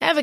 Ever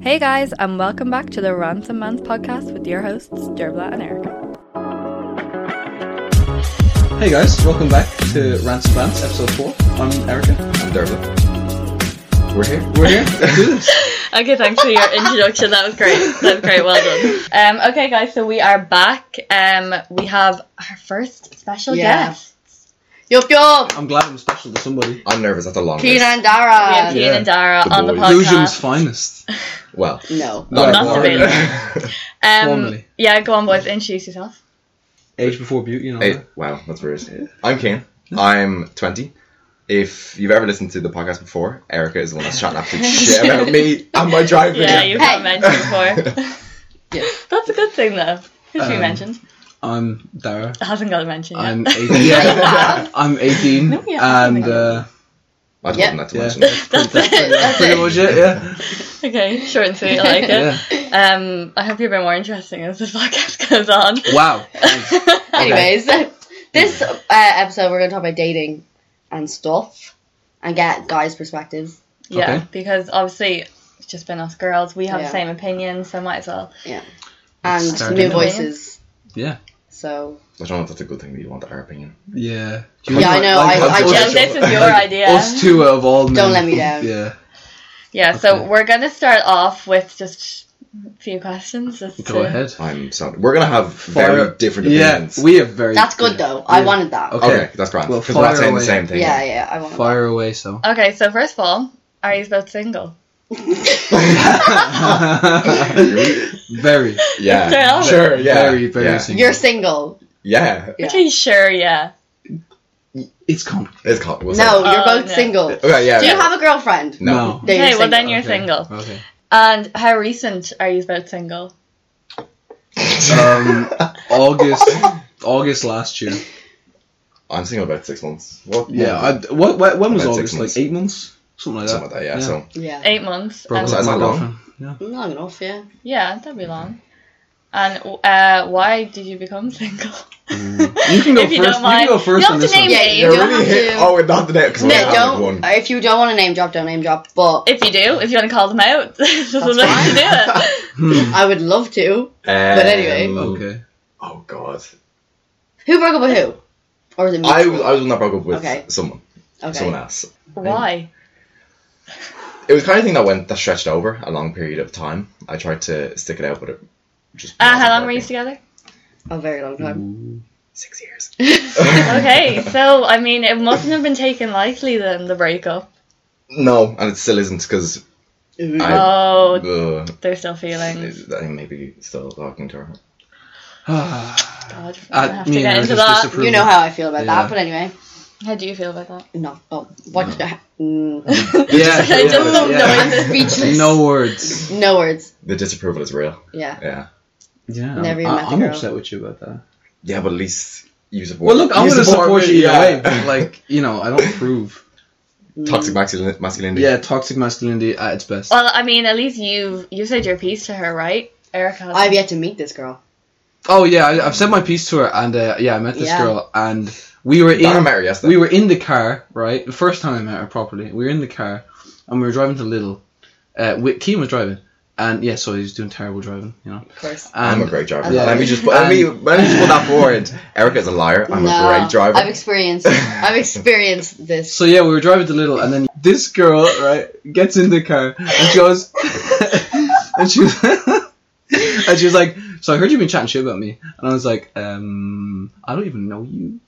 Hey guys, and welcome back to the Ransom Man's podcast with your hosts, Derbla and Erica. Hey guys, welcome back to Ransom Rants episode 4. I'm Erica. I'm Dervla. We're here. We're here. Let's do this. Okay, thanks for your introduction. That was great. That was great. Well done. Um, okay, guys, so we are back. Um, we have our first special Yeah. guest. Yup, yup. I'm glad I'm special to somebody. I'm nervous. That's a long Keenan list. and Dara. We have Keenan Yeah. and Dara The on the boys. Illusion's podcast. finest. Well, No. Not that's anymore. debatable. Um, Formally. yeah, go on, boys. Introduce yourself. Age before beauty, you know. Hey, wow, that's weird. I'm Kane. I'm 20. If you've ever listened to the podcast before, Erica is the one that's chatting absolute shit about me and my driving. Yeah, you've not mentioned before. Yeah. That's a good thing, though. Who should be Um, mentioned? I'm Dara. It hasn't got a mention yet. I'm 18. I'm 18. No, yeah, and something. uh, I told Yeah. them not to yeah. mention it. That's pretty, that's pretty much it, yeah. Okay, short and sweet. I like it. yeah. Um, I hope you're a bit more interesting as this podcast goes on. Wow. Thanks. Anyways, this Hmm. uh, episode we're going to talk about dating and stuff and get guys' perspectives. Yeah, Okay. because obviously it's just been us girls. We have the Yeah. same opinion, so might as well. Yeah. Let's And start new it. voices. Yeah. So, I don't know if that's a good thing that you want our opinion. Yeah. Yeah, I know, I- I us- Yeah, just- this is your idea. Us two of all men. Don't let me down. Yeah. Yeah, so Okay. we're gonna start off with just a few questions. Just Go to- ahead. I'm sound. We're gonna have Fire- very different Yeah, opinions. we have very. that's good yeah. though. I Yeah. wanted that. Okay. Okay, that's grand. Well, Because we're not fire saying away. the same thing. Yeah, yeah, I wanted Fire away, so. Okay, so first of all, are you both single? very. Straight Yeah. up. Sure. Yeah. Very, very yeah. that. single. You're single. Yeah. Yeah. Okay, sure, yeah. It's complicated. It's called. we'll say No, Oh, you're both no. single. it. Okay. Yeah. Do you yeah. have a girlfriend? No. Then you're okay, well single. then you're single. Okay. And how recent are you both single? Um, August, August last year. I'm single about six months. What? Yeah. I, what, what? When was About August? six Like months. eight months? Something like that. Something like that. Yeah. So Yeah. Eight months. Broke and- up with Is that my long? girlfriend. Yeah. Long enough, yeah. yeah, that'd be long. And uh, why did you become single? You can go If first. you don't You can mind. go first You'll on have this to one. name- Yeah, Hey, you they're don't have to. Oh, not the next. No, one. I have don't. One. If you don't want to name drop, don't name drop. But If you do, if you want to call them out, this is the way to do it. Hmm. I would love to. But anyway. Um, Okay. Oh God. Who broke up with who? Or was it me? I was I was not broke up with Okay. someone, okay. someone else. Why? It was kind of thing that went that stretched over a long period of time. I tried to stick it out, but it just. Uh, wasn't how long were you working. together? A Oh, very long time. Six years. Okay, so I mean, it mustn't have been taken lightly then the breakup. No, and it still isn't because I. Oh, ugh, they're still feelings. I think maybe still talking to her. God, I Uh, have to me and get into Erica's that. disapproval. You know how I feel about Yeah. that, but anyway. How do you feel about that? No. Oh, what? Mm, Yeah. I yeah, just love yeah. I'm speechless. No words. No words. The disapproval is real. Yeah. Yeah. Yeah. Never even I, met the I'm girl. upset with you about that. Yeah, but at least you support. Well, look, I'm you gonna support me, you either yeah. way, but like, you know, I don't approve. toxic masculin- masculinity. Yeah, toxic masculinity at its best. Uh, Well, I mean, at least you you said your piece to her, right, Erica? I've yet to meet this girl. Oh yeah, I, I've said my piece to her, and uh, yeah, I met this Yeah. girl, and we were Dara in met her yesterday. we were in the car, right? The first time I met her properly, we were in the car, and we were driving to Little. Uh, wi- Keane was driving, and yeah, so he was doing terrible driving, you know. Of course. I'm And, a great driver. Yeah. Let me just put, let me let me just put that forward. Erica's a liar. I'm no, a great driver. I've experienced. I've experienced this. So yeah, we were driving to Little, and then this girl right gets in the car and she goes and she and she was like, so I heard you've been chatting shit about me, and I was like, um, I don't even know you,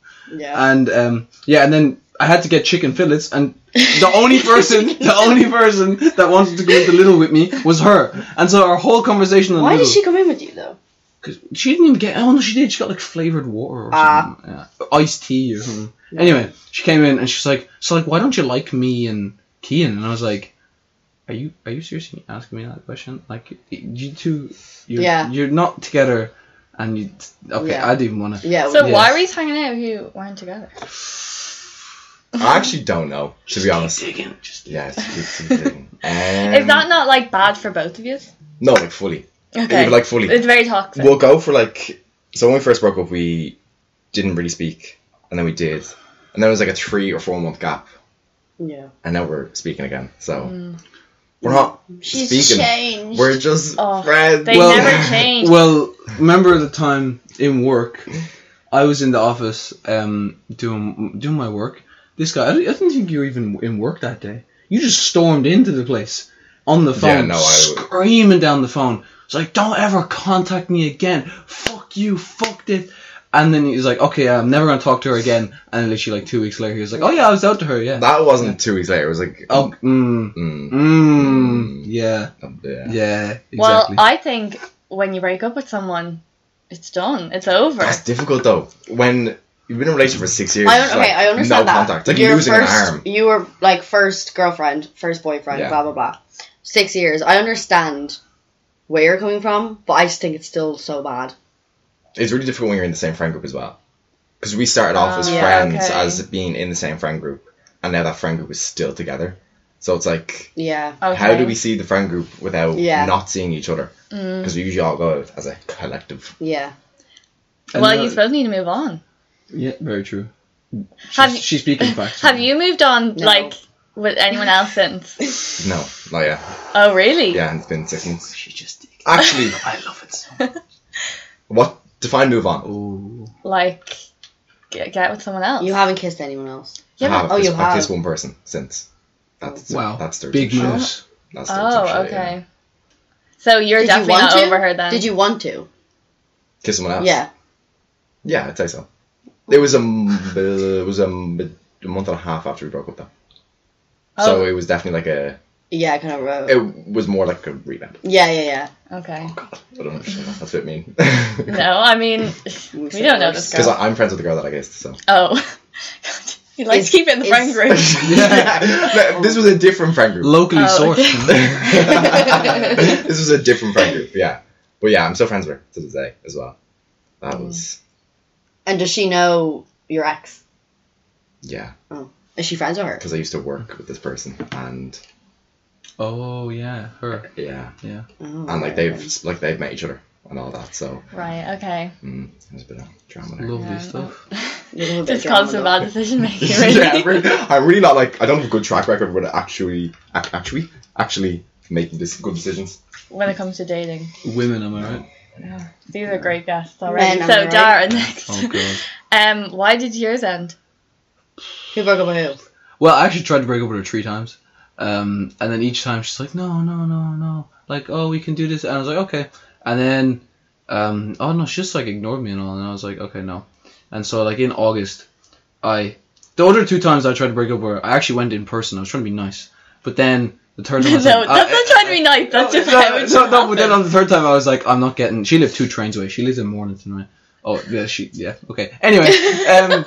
Yeah. and um, yeah, and then I had to get chicken fillets, and the only person, the only person that wanted to go into Little with me was her, and so our whole conversation. on Why Little, did she come in with you though? Cause she didn't even get. Oh no, she did. She got like flavored water or Ah. something, yeah. iced tea or something. Anyway, she came in and she's like, "So like, why don't you like me and Kean?" And I was like, "Are you are you seriously asking me that question? Like, you two, you're, Yeah. you're not together, and you okay? Yeah. I didn't want to. Yeah. So Yeah. why were you hanging out if you weren't together? I actually don't know, to be honest. Digging, just Yeah, it's a good thing. Um, Is that not like bad for both of you? No, like fully. Okay. like, fully. It's very toxic. We'll go for like. So when we first broke up, we didn't really speak, and then we did, and then it was like a three or four month gap, Yeah. and now we're speaking again. So Mm. we're not speaking. changed. We're just Oh, friends. they never change. Well, remember the time in work, I was in the office um, doing doing my work. This guy, I don't, I didn't think you were even in work that day. You just stormed into the place on the phone, no, I- screaming down the phone. It's like, don't ever contact me again. Fuck you. Fucked it. And then he's like, okay, I'm never gonna talk to her again. And literally, like two weeks later, he was like, oh yeah, I was out to her, yeah. That wasn't two weeks later. It was like oh, mm, mm, mm, yeah, um, yeah. yeah, exactly. Well, I think when you break up with someone, it's done. It's over. That's difficult though. When you've been in a relationship for six years, I it's don't, like, okay, I understand no that. contact. It's like Your losing first, an arm. You were like first girlfriend, first boyfriend, Yeah. blah blah blah. Six years. I understand where you're coming from, but I just think it's still so bad. It's really difficult when you're in the same friend group as well, because we started off as Ah, yeah, friends, okay. as being in the same friend group, and now that friend group is still together. So it's like. Yeah. okay. How do we see the friend group without Yeah. Mm. not seeing each other? Because we usually all go out as a collective. Yeah. And Well, the- you suppose need to move on. yeah, very true. She's, Have you- she's speaking facts. Have you moved on No. like with anyone else since? No, not yeah, oh, really? Yeah, and it's been six months. She just. Actually, I love it. So what define move on? Oh, Like get, get with someone else. You haven't kissed anyone else. I Yeah, have, oh, kissed- you I've have. kissed one person since. That's wow, That's dirty. big shit. moves. That's dirty shit, Oh, yeah. okay. So you're Did you definitely want not to? over her then. Did you want to? Kiss someone else. Yeah. Yeah, I'd say so. It was a m- it was a, m- a month and a half after we broke up though. So Oh. it was definitely like a. Yeah, kind of row. It was more like a rebound. Yeah, yeah, yeah. Okay. I don't understand. that. That's what it mean. No, I mean we said don't know worse. this Because girl. I'm friends with the girl that I kissed. So. oh. You like to Is- keep it in the is- friend group. No, this was a different friend group. Locally Oh, okay. sourced. this was a different friend group, yeah. But yeah, I'm still friends with her to this day as well. That Mm. was And does she know your ex? yeah, Oh. Is she friends with her? because I used to work with this person, and Oh yeah, her. yeah, Yeah. Oh, and like okay. they've like they've met each other and all that. So Right. Okay. mm, there's a bit of drama there. Lovely stuff. You're a little bit Just constant drama, bad decision making. Really. yeah, I'm really- I'm really not like I don't have a good track record with actually ac- actually actually making this good decisions. When it comes to dating, Women, am I right? these are great guests already. Men, am so I right? Dara next. Oh god. Um, why did yours end? though. Who broke up with who? Well, I actually tried to break up with her three times, um, and then each time she's like, no, no, no, no. Like, oh, we can do this, and I was like, okay. And then, um, oh no, she just like ignored me and all, and I was like, okay, no. And so like in August, I the other two times I tried to break up with her, I actually went in person. I was trying to be nice, but then the third time I No, was like, that's I- not trying to be nice. That's just how Oh, no, it no, no, but happened. then on the third time I was like, I'm not getting. She lived two trains away. She lives in Mornington, right? Oh yeah, she yeah okay. Anyway, um,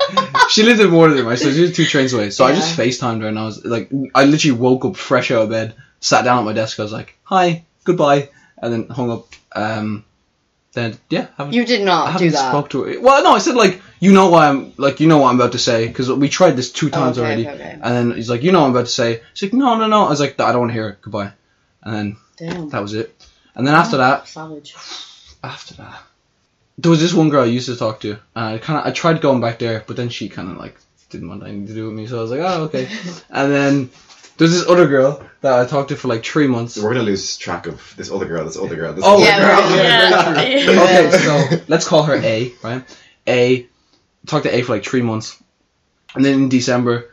she lived in Mornington, right? So she lived two trains away. So I just FaceTimed her, and I was like, I literally woke up fresh out of bed, sat down at my desk. I was like, hi, goodbye, and then hung up. Um, then yeah, haven't, You did I not haven't do that. spoke to her. Well, no, I said like, you know why I'm like, you know what I'm about to say, because we tried this two times okay, already, okay, okay. and then he's like, you know what I'm about to say. She's like, no, no, no. I was like, I don't want to hear it. Goodbye, and then. Damn. That was it. And then after that, Savage. after that, there was this one girl I used to talk to, and I kind of I tried going back there, but then she kind of like didn't want anything to do with me, so I was like, oh okay. and then there's this other girl that I talked to for like three months. We're gonna lose track of this other girl, this other girl, this Oh, other Yeah, girl. right, yeah. okay, so let's call her A, right? A talked to A for like three months, and then in December,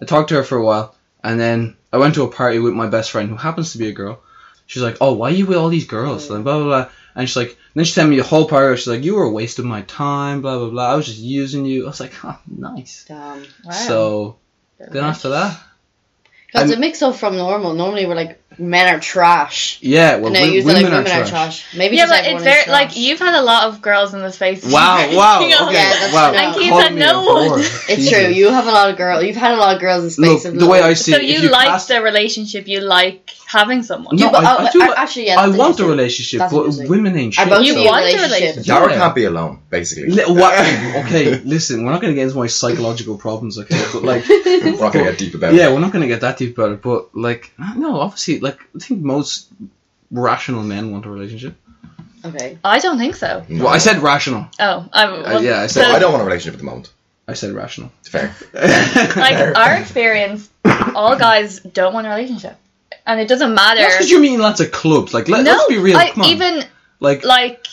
I talked to her for a while, And then I went to a party with my best friend who happens to be a girl. She's like, "Oh, why are you with all these girls?" And blah blah blah. And she's like, then she sent me the whole party. She's like, "You were wasting my time." Blah blah blah. I was just using you. I was like, "Ah, nice." Damn. Wow. So then after that, Because I'm- it's a mix up from normal. Normally we're like, men are trash. yeah, well, And now wo- you feel women, like are, trash. Maybe yeah, just but it's everyone very is like trash. you've had a lot of girls in the space. Wow, wow, okay, Yeah, that's wow. true. And Call Keith said me no a one. whore. It's Jesus. true. You have a lot of girl. You've had a lot of girls in Look, space. and the way I love. see So it, you, if you like pass- the relationship, you like having someone. No, Yeah, but I, I- I do. oh, I- like- actually, yeah, I that's want the interesting. relationship, That's but interesting. women ain't I shit. both You see so- a want the relationship. relationship. Yara Yeah. can't be alone, basically. Li- wha- okay, listen, we're not gonna get into my psychological problems, okay? But like, We're not gonna get deep about yeah, it. we're not gonna get that deep about it. But like, no, obviously, like I think most rational men want a relationship. Okay. I don't think so. No. Well, I said rational. Oh, I'm, Uh, yeah, I said- No, I don't want a relationship at the moment. I said rational. It's fair. Like our experience, all guys don't want a relationship, and it doesn't matter. That's because you're meeting lots of clubs. Like, let, no, us be real. I, come on. even like, like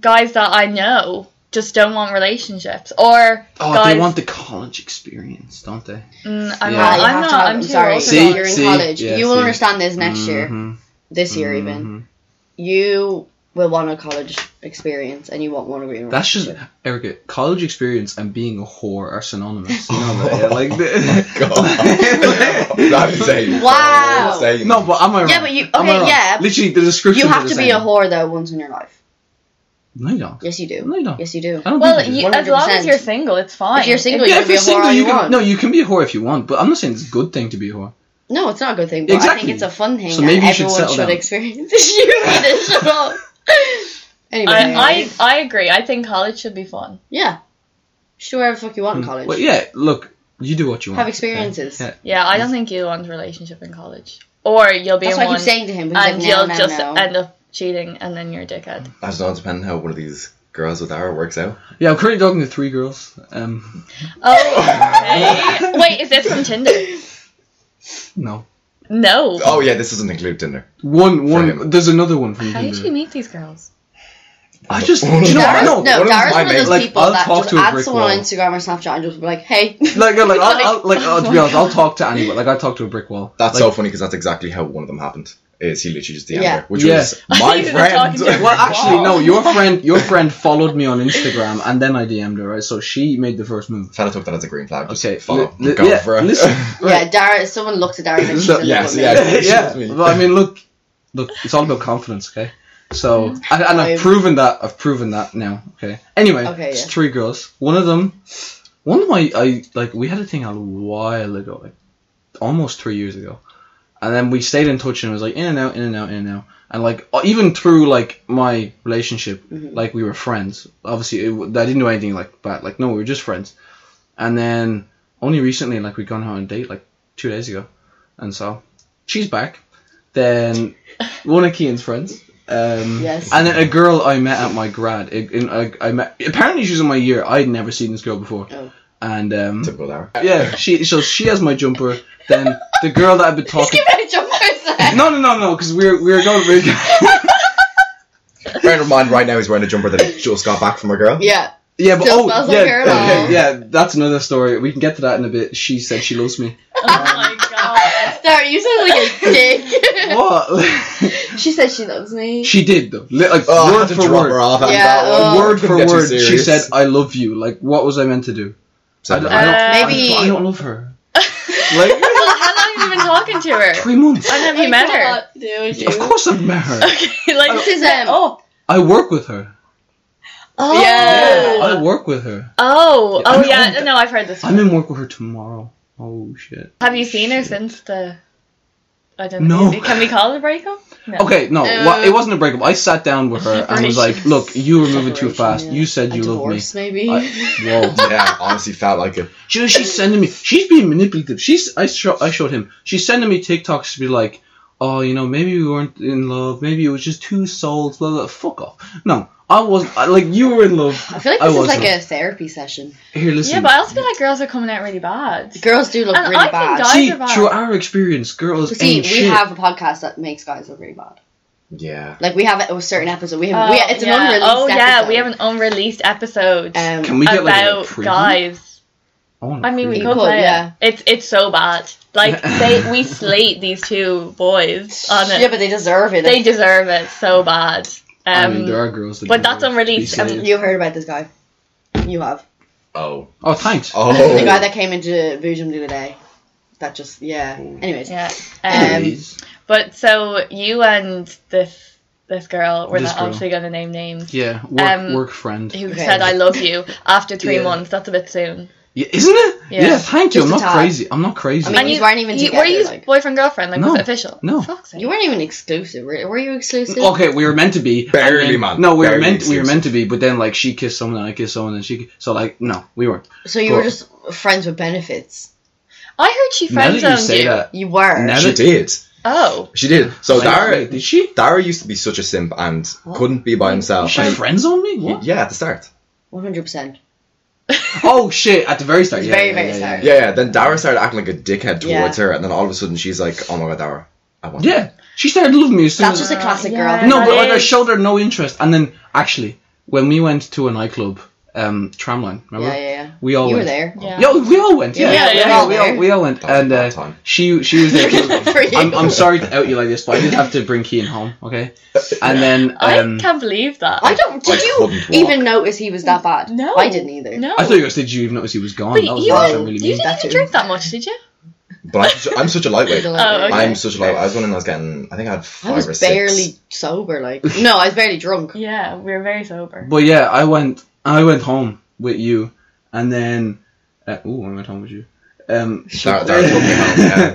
guys that I know just don't want relationships, or oh, guys. they want the college experience, don't they? Mm, I'm Yeah. not. Ah, I'm you have to not. have- I'm too sorry. old for See? that. You're in See? college. Yeah, you will see. understand this next year, Mhm. this year Mm-hmm. even. You will want a college experience, and you won't want to be in a That's just relationship. Erica. College experience and being a whore are synonymous. You know that? yeah, Like, the- Oh God. that is a Wow. bold statement. no, but am I wrong? Yeah, but you- Am I okay, wrong? yeah. Literally, the description. You have to be a whore though once in your life. No, you don't. Yes, you do. No, you don't. Yes, you do. I don't Well, think you you, do. as long as 100%. you're single, it's fine. If you're single, yeah, you if can be you're a whore single, all you you can. want. No, you can be a whore if you want, but I'm not saying it's a good thing to be a whore. No, it's not a good thing. But I Exactly. think it's a fun thing. So and maybe you should everyone settle should, down. experience. you need to shut up. Anyway, I, I I agree. I think college should be fun. yeah, do whatever the fuck you want in college. Hmm. Well, yeah. Look, you do what you want. Have experiences. okay? Yeah, I don't think you'll want a relationship in college, or you'll be That's in what I one keep saying to him. Because and like, no, you'll no, just no. end up cheating, and then you're a dickhead. I don't know, depending on how one of these girls with our works out. Yeah. yeah, I'm currently talking to three girls. Um, Oh, okay. wait, is this from Tinder? no, No. Oh yeah, this doesn't include Tinder. one, one. him. There's another one from How did you Tinder. meet these girls? I just, do you know, Dara's, what? no, no, one of Dara's my one of those mates- like, people I'll that talk just to a add brick someone on wall. Instagram or Snapchat and just be like, "Hey, like, like, I'll, I'll, like, uh, to be honest, I'll talk to anyone. Like, I talk to a brick wall. That's like, so funny because that's exactly how one of them happened. Is he literally just DM'd Yeah. her, which Yeah. was my You were talking to her. friend. Well, actually, Wow. no. Your friend, your friend followed me on Instagram, and then I DM'd her. Right, so she made the first move. Fella took that as a green flag. Just Okay, follow. li- li- go yeah, for it. listen. yeah, Dara." Someone looked at Dara and she's So- in love with yes, me." yeah. yeah. Excuse me. Well, I mean, look, look, it's all about confidence, okay? So, Mm-hmm. and, and I've I've- proven that. I've proven that now. Okay. Anyway, Okay, it's yeah. three girls. One of them, one of my, I like, we had a thing a while ago, like almost three years ago, and then we stayed in touch and it was like in and out, in and out, in and out, and like uh, even through like my relationship, Mm-hmm. like we were friends. Obviously, it, w- I didn't do anything like bad. Like no, we were just friends. And then only recently, like we'd gone out on a date like two days ago, and so she's back. Then one of Kian's friends. Um, Yes. And then a girl I met at my grad. In, in, I, I met. Apparently, she's in my year. I'd never seen this girl before. Oh. And um, Typical Dara. yeah, she so she has my jumper. Then the girl that I've been talking. I jump myself. No, no, no, no, because we're we're going. We're, Friend of mine right now is wearing a jumper that he just got back from a girl. Yeah, yeah, but Just oh, smells yeah, like caramel. okay, yeah, that's another story. We can get to that in a bit. She said she loves me. Oh my god. Dara, you sound like a dick. What? she said she loves me. she did though, Li- like Oh, I had word to for drop word. her off. after Yeah, that one. oh. Word Couldn't for get too word, she serious. said, "I love you." Like, what was I meant to do? I don't, I don't, Uh, I maybe- don't, I don't love her. Like Well, how long have you been talking to her? three months. When have you met her? Of course, I've met her. like, This is, um, oh, I work with her. Oh. Yeah. I work with her. oh, oh I'm yeah. in- No, I've heard this. I'm One. in work with her tomorrow. Oh shit. Have you seen her since the? I don't No. know. Can we call it a breakup? No. Okay, no, Uh, wha- it wasn't a breakup. I sat down with her and was like, "Look, you were moving too Separation, fast. yeah. You said you loved me." divorce, maybe. I- Whoa. Yeah, honestly, felt like it. She, she's sending me. She's being manipulative. She's. I show, I showed him. She's sending me TikToks to be like, oh, you know, maybe we weren't in love. Maybe it was just two souls. Blah, blah, blah." Fuck off. No, I was I, like you were in love. I feel like this is wasn't. like a therapy session. Here, listen. Yeah, but I also feel like girls are coming out really bad. Girls do look And really I think bad. guys- See, are bad. through our experience, girls See, we ain't shit. have a podcast that makes guys look really bad. Yeah. Like we have a, a certain episode. We have. Oh, we, it's an yeah. unreleased. Oh yeah, we have episode. an unreleased episode Um, Can we get like a about preview? guys. Oh want I mean, we You could could, play yeah. it. It's it's so bad. Like they, we slate these two boys on it. Yeah, but they deserve it. they deserve it so bad. Um, I mean, there are girls that but do that's it. unreleased, um, Recently- you heard about this guy. You have. Oh. oh, thanks. um, Oh. The guy that came into Boojum the other day. That just, yeah. Anyways. yeah. Um, Um, Jeez. but so you and this this girl were This not girl. obviously going to name names. yeah, work, um, work friend. Who Okay. said I love you after three Yeah. months? That's a bit soon. Yeah, isn't it? Yeah. Yeah, thank you. I'm Just a not tad. crazy. I'm not crazy. I mean, And you you- weren't even you- together. Were you like, boyfriend girlfriend? Like No. was it official? No. Fuck's sake. you weren't even exclusive. Were, were you exclusive? okay, we were meant to be. and Barely, then- man. No, we were Barely meant we were exclusive. meant to be, but then like she kissed someone, and I kissed someone, and she ki- so like no, we weren't. So you were Well- just friends with benefits. I heard she Now that friend you zoned you. say that, You were. Now She that- did. Oh, She did. So Wait, Dara, wait, did she? Dara used to be such a simp and couldn't be by himself. She And he- friends on me? What? yeah, at the start. 100%. Oh shit! At the very start. It's Yeah, very, yeah, very yeah, yeah, start. Yeah, yeah. Then Dara started acting like a dickhead Yeah. towards her, and then all of a sudden she's like, "Oh my god, Dara, I want." Yeah. Yeah, she started loving me as soon That's as. just a classic Yeah. girl. no, but like I is- showed her no interest, and then actually, when we went to a nightclub, um, Tramline, remember? Yeah, yeah, yeah. We all you went. were there. yeah. Yeah, we all went. Yeah, Yeah, yeah, we yeah, were all we, all, there. we all went, That was and a bad uh, time. she she was there. too. For you. I'm, I'm sorry to out you like this, but I did have to bring Kean home, okay? And then um, I can't believe that. I don't. Did I you couldn't walk. even notice he was that bad? No, I didn't either. No, I thought you guys did. You even notice he was gone. But that was you, the last were- time really you mean. didn't That's even true. drink that much, did you? But I'm, su- I'm such a lightweight. Middle Oh, of the okay. night. I'm such a lightweight. I was when I was getting. I think I had five I or was six. barely sober. Like no, I was barely drunk. Yeah, we were very sober. But yeah, I went. I went home with you, and then uh, oh, I went home with you. Um, Dara, Dara took me home.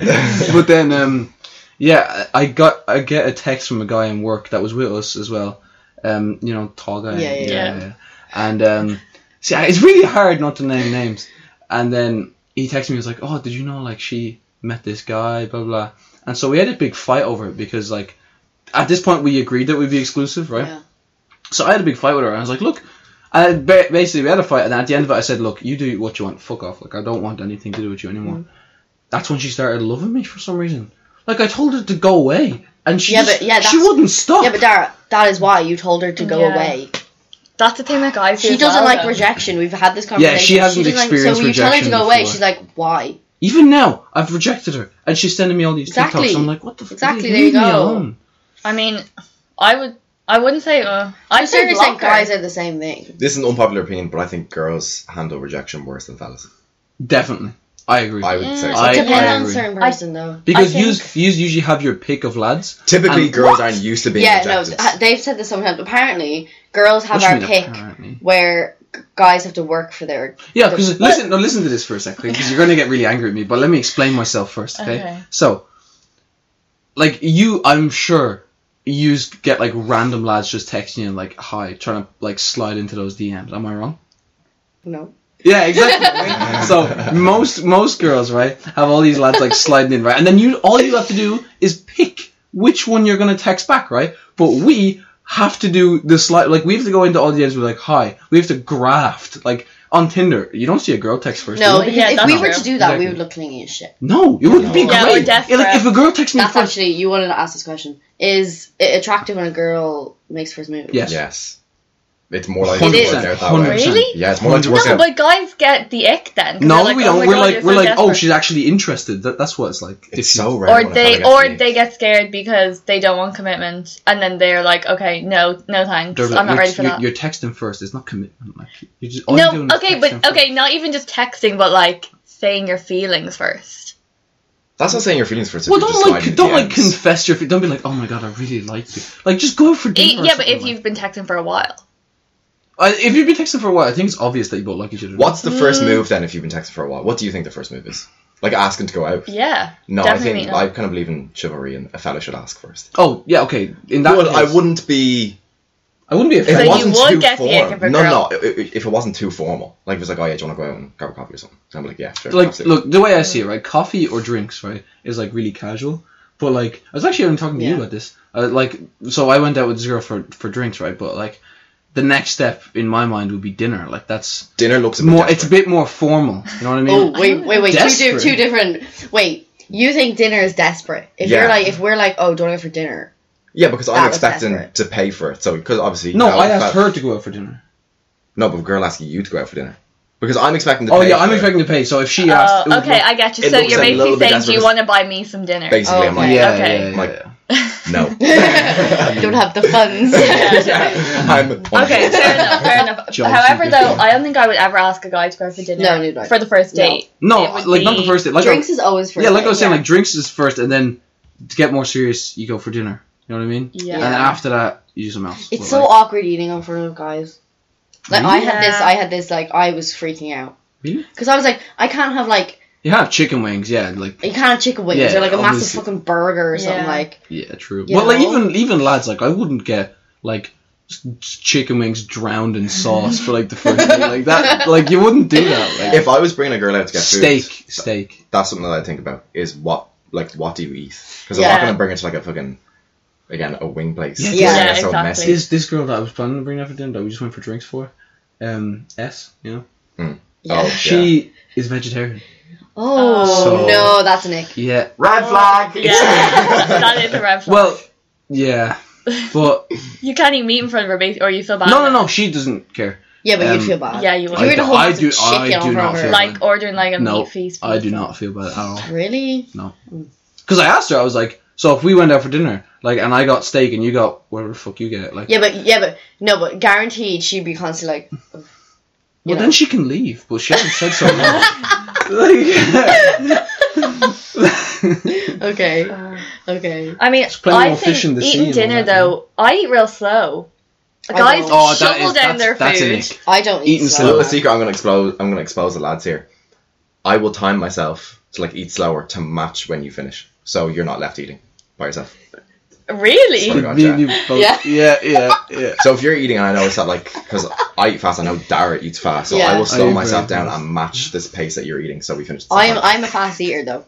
Yeah. but then um, yeah, I I got I get a text from a guy in work that was with us as well. Um, you know, tall guy. Yeah, yeah, yeah. And um, see, I- it's really hard not to name names. And then he texted me. He was like, "Oh, did you know like she met this guy?" Blah blah. And so we had a big fight over it because like at this point we agreed that we'd be exclusive, right? Yeah. So I had a big fight with her, and I was like, "Look," and ba- basically we had a fight, and at the end of it, I said, "Look, you do what you want. Fuck off. Like I don't want anything to do with you anymore." Mm. That's when she started loving me for some reason. Like I told her to go away, and she Yeah, just- but- yeah, she that's- wouldn't stop. Yeah, but Dara, that is why you told her to go Yeah. away. That's the thing that guys do. She as doesn't well, like though. rejection. We've had this she conversation. hasn't doesn't like- experienced So when you tell her to rejection go away, before. she's like, "Why?" Even now, I've rejected her, and she's sending me all these Exactly. TikToks. I'm like, "What the fuck? Exactly, leave there you me go. alone." I mean, I would. I wouldn't say. Uh, I I seriously seriously think guys are the same thing. This is an unpopular opinion, but I think girls handle rejection worse than fellas. Definitely, I agree. I would say. So. I- Mm. Depends I on agree. certain person, though. because I you think- you usually have your pick of lads. Typically, And- girls aren't used to being Yeah, no, rejected. th- they've said this sometimes. Apparently, girls have What do our you mean, pick apparently? where g- guys have to work for their. Yeah, because listen, no, listen to this for a second, because you're going to get really angry at me. But let me explain myself first, okay? Okay. So, like you, I'm sure you s- get like random lads just texting you and like hi, trying to like slide into those DMs. Am I wrong? No. Yeah, exactly. right? so most most girls, right, have all these lads like sliding in, right, and then you all you have to do is pick which one you're gonna text back, right? But we have to do the slide, like we have to go into all the ends with like hi, we have to graft, like on Tinder, you don't see a girl text first. No, do you? because Yeah, if that's we were true. to do that, Exactly. we would look clingy as shit. no, it would be Yeah, great. we're desperate. like if a girl texts me That's first, actually you wanted to ask this question: Is it attractive when a girl makes first move? yes, Yes. It's more like It it is. works out that 100%. way. Really? Yeah, it's more like it works No, out. but guys get the ick then. 'cause No, they're like, we "Oh don't. my we're God, like you're we're so like oh desperate." she's actually interested. That, that's what it's like. It's If you- so rare. Or when a fella they gets or me. they get scared because they don't want commitment, and then they're like, okay, no, no thanks, they're like, I'm not you're, ready for you're- that. You're texting first. It's not commitment. Like you just all you're doing no, is okay, texting but first. okay, not even just texting, but like saying your feelings first. That's not saying your feelings for Well, don't like don't like confess your. fe- Don't be like, oh my god, I really like you. Like, just go for E- dinner. or yeah, but something if like- you've been texting for a while, I, if you've been texting for a while, I think it's obvious that you both like each other. What's the first move then? If you've been texting for a while, what do you think the first move is? Like asking to go out. yeah, No, I definitely think not. I kind of believe in chivalry, and a fella should ask first. Oh yeah, okay. In that, Well, I case- wouldn't be. I wouldn't be If offended. it you wasn't would too get the ick formal, if a no, no, girl- i- i- if it wasn't too formal, like if it was like, oh yeah, do you want to go out and grab a coffee or something? I'm like, yeah, sure. like, absolutely. look, the way I see it, right? Coffee or drinks, right, is like really casual. But like, I was actually even talking to you Yeah. about this. Uh, like, so I went out with this girl for for drinks, right? But like, the next step in my mind would be dinner. Like, that's dinner looks a bit more. It's a desperate. bit more formal. You know what I mean? Oh wait, wait, wait! Two, di- Desperate. two different. Wait, you think dinner is desperate? If you're Yeah. like, if we're like, oh, do you want to go for dinner? yeah, because that I'm was expecting desperate. to pay for it, so because obviously no, you know, I if asked fella- her to go out for dinner. No, but a girl asking you to go out for dinner. Because I'm expecting to Oh pay yeah, I'm for it. expecting to pay. So if she asks, Oh, it would okay, look- I get you. it So looks you're a basically little bit saying, do you desperate. want to buy me some dinner? Basically, Oh, I'm like, okay. yeah, okay. yeah, yeah, Like- yeah. no. Don't have the funds. I'm Okay, fair enough. Fair enough. John However, Secret. though, I don't think I would ever ask a guy to go out for dinner No, you'd not. for the first No. date. No, It would like not the be- first date. Like Drinks I, is always for yeah, like I was saying, yeah. like drinks is first, and then to get more serious, you go for dinner. You know what I mean? Yeah. And then after that, you do something else. It's But, so like, awkward eating in front of guys. Like I had this, Yeah. I had this, like I was freaking out Really? because I was like, I can't have like You have chicken wings, yeah, like you can't have chicken wings Yeah, or like a obviously. massive fucking burger or something Yeah. like. yeah, true. You well, like know? even even lads, like I wouldn't get like s- s- chicken wings drowned in sauce for like the first thing like that. Like you wouldn't do that. Like If I was bringing a girl out to get steak, food, steak. that's something that I think about is what like what do you eat? Because I'm Yeah. not gonna bring it to like a fucking again a wing place. Yeah, It's yeah, gonna get so exactly. messy. This this girl that I was planning to bring out for dinner that we just went for drinks for, um, S, you know, Oh, yeah. she is vegetarian. Oh So- no, that's an ick. Yeah. red flag. Yeah, that is a red flag. Well, yeah, but you can't eat meat in front of her, bas- or you feel bad. no, no, about no. She doesn't care. Yeah, but Um, you'd feel it. bad. Yeah, you would. You're I in a do- whole I bunch do- of shit I getting do on not from feel her. bad. like ordering like a No, meat feast. I do not feel bad at all. really? No, because I asked her. I was like, so if we went out for dinner, like, and I got steak and you got whatever the fuck you get, like, Yeah, but yeah, but no, but guaranteed she'd be constantly like, well know. then she can leave. But she hasn't said so. like, okay, Uh. okay. I mean, There's plenty I more think fish in the sea eating and all dinner that, though, I eat real slow. I Guys don't. oh, that shovel is down that's, their that's an food. ick. I don't Eating eat A slow. slow. little secret I'm gonna expose I'm gonna expose the lads here. I will time myself to like eat slower to match when you finish. So you're not left eating by yourself. Swear to Really? God, Me yeah. and you both- Yeah. yeah, yeah, yeah. So if you're eating, and I know it's not like because I eat fast, I know Dara eats fast, so Yeah. I will I slow eat myself very down fast. and match this pace that you're eating. So we finish. at the same I'm time. I'm a fast eater though.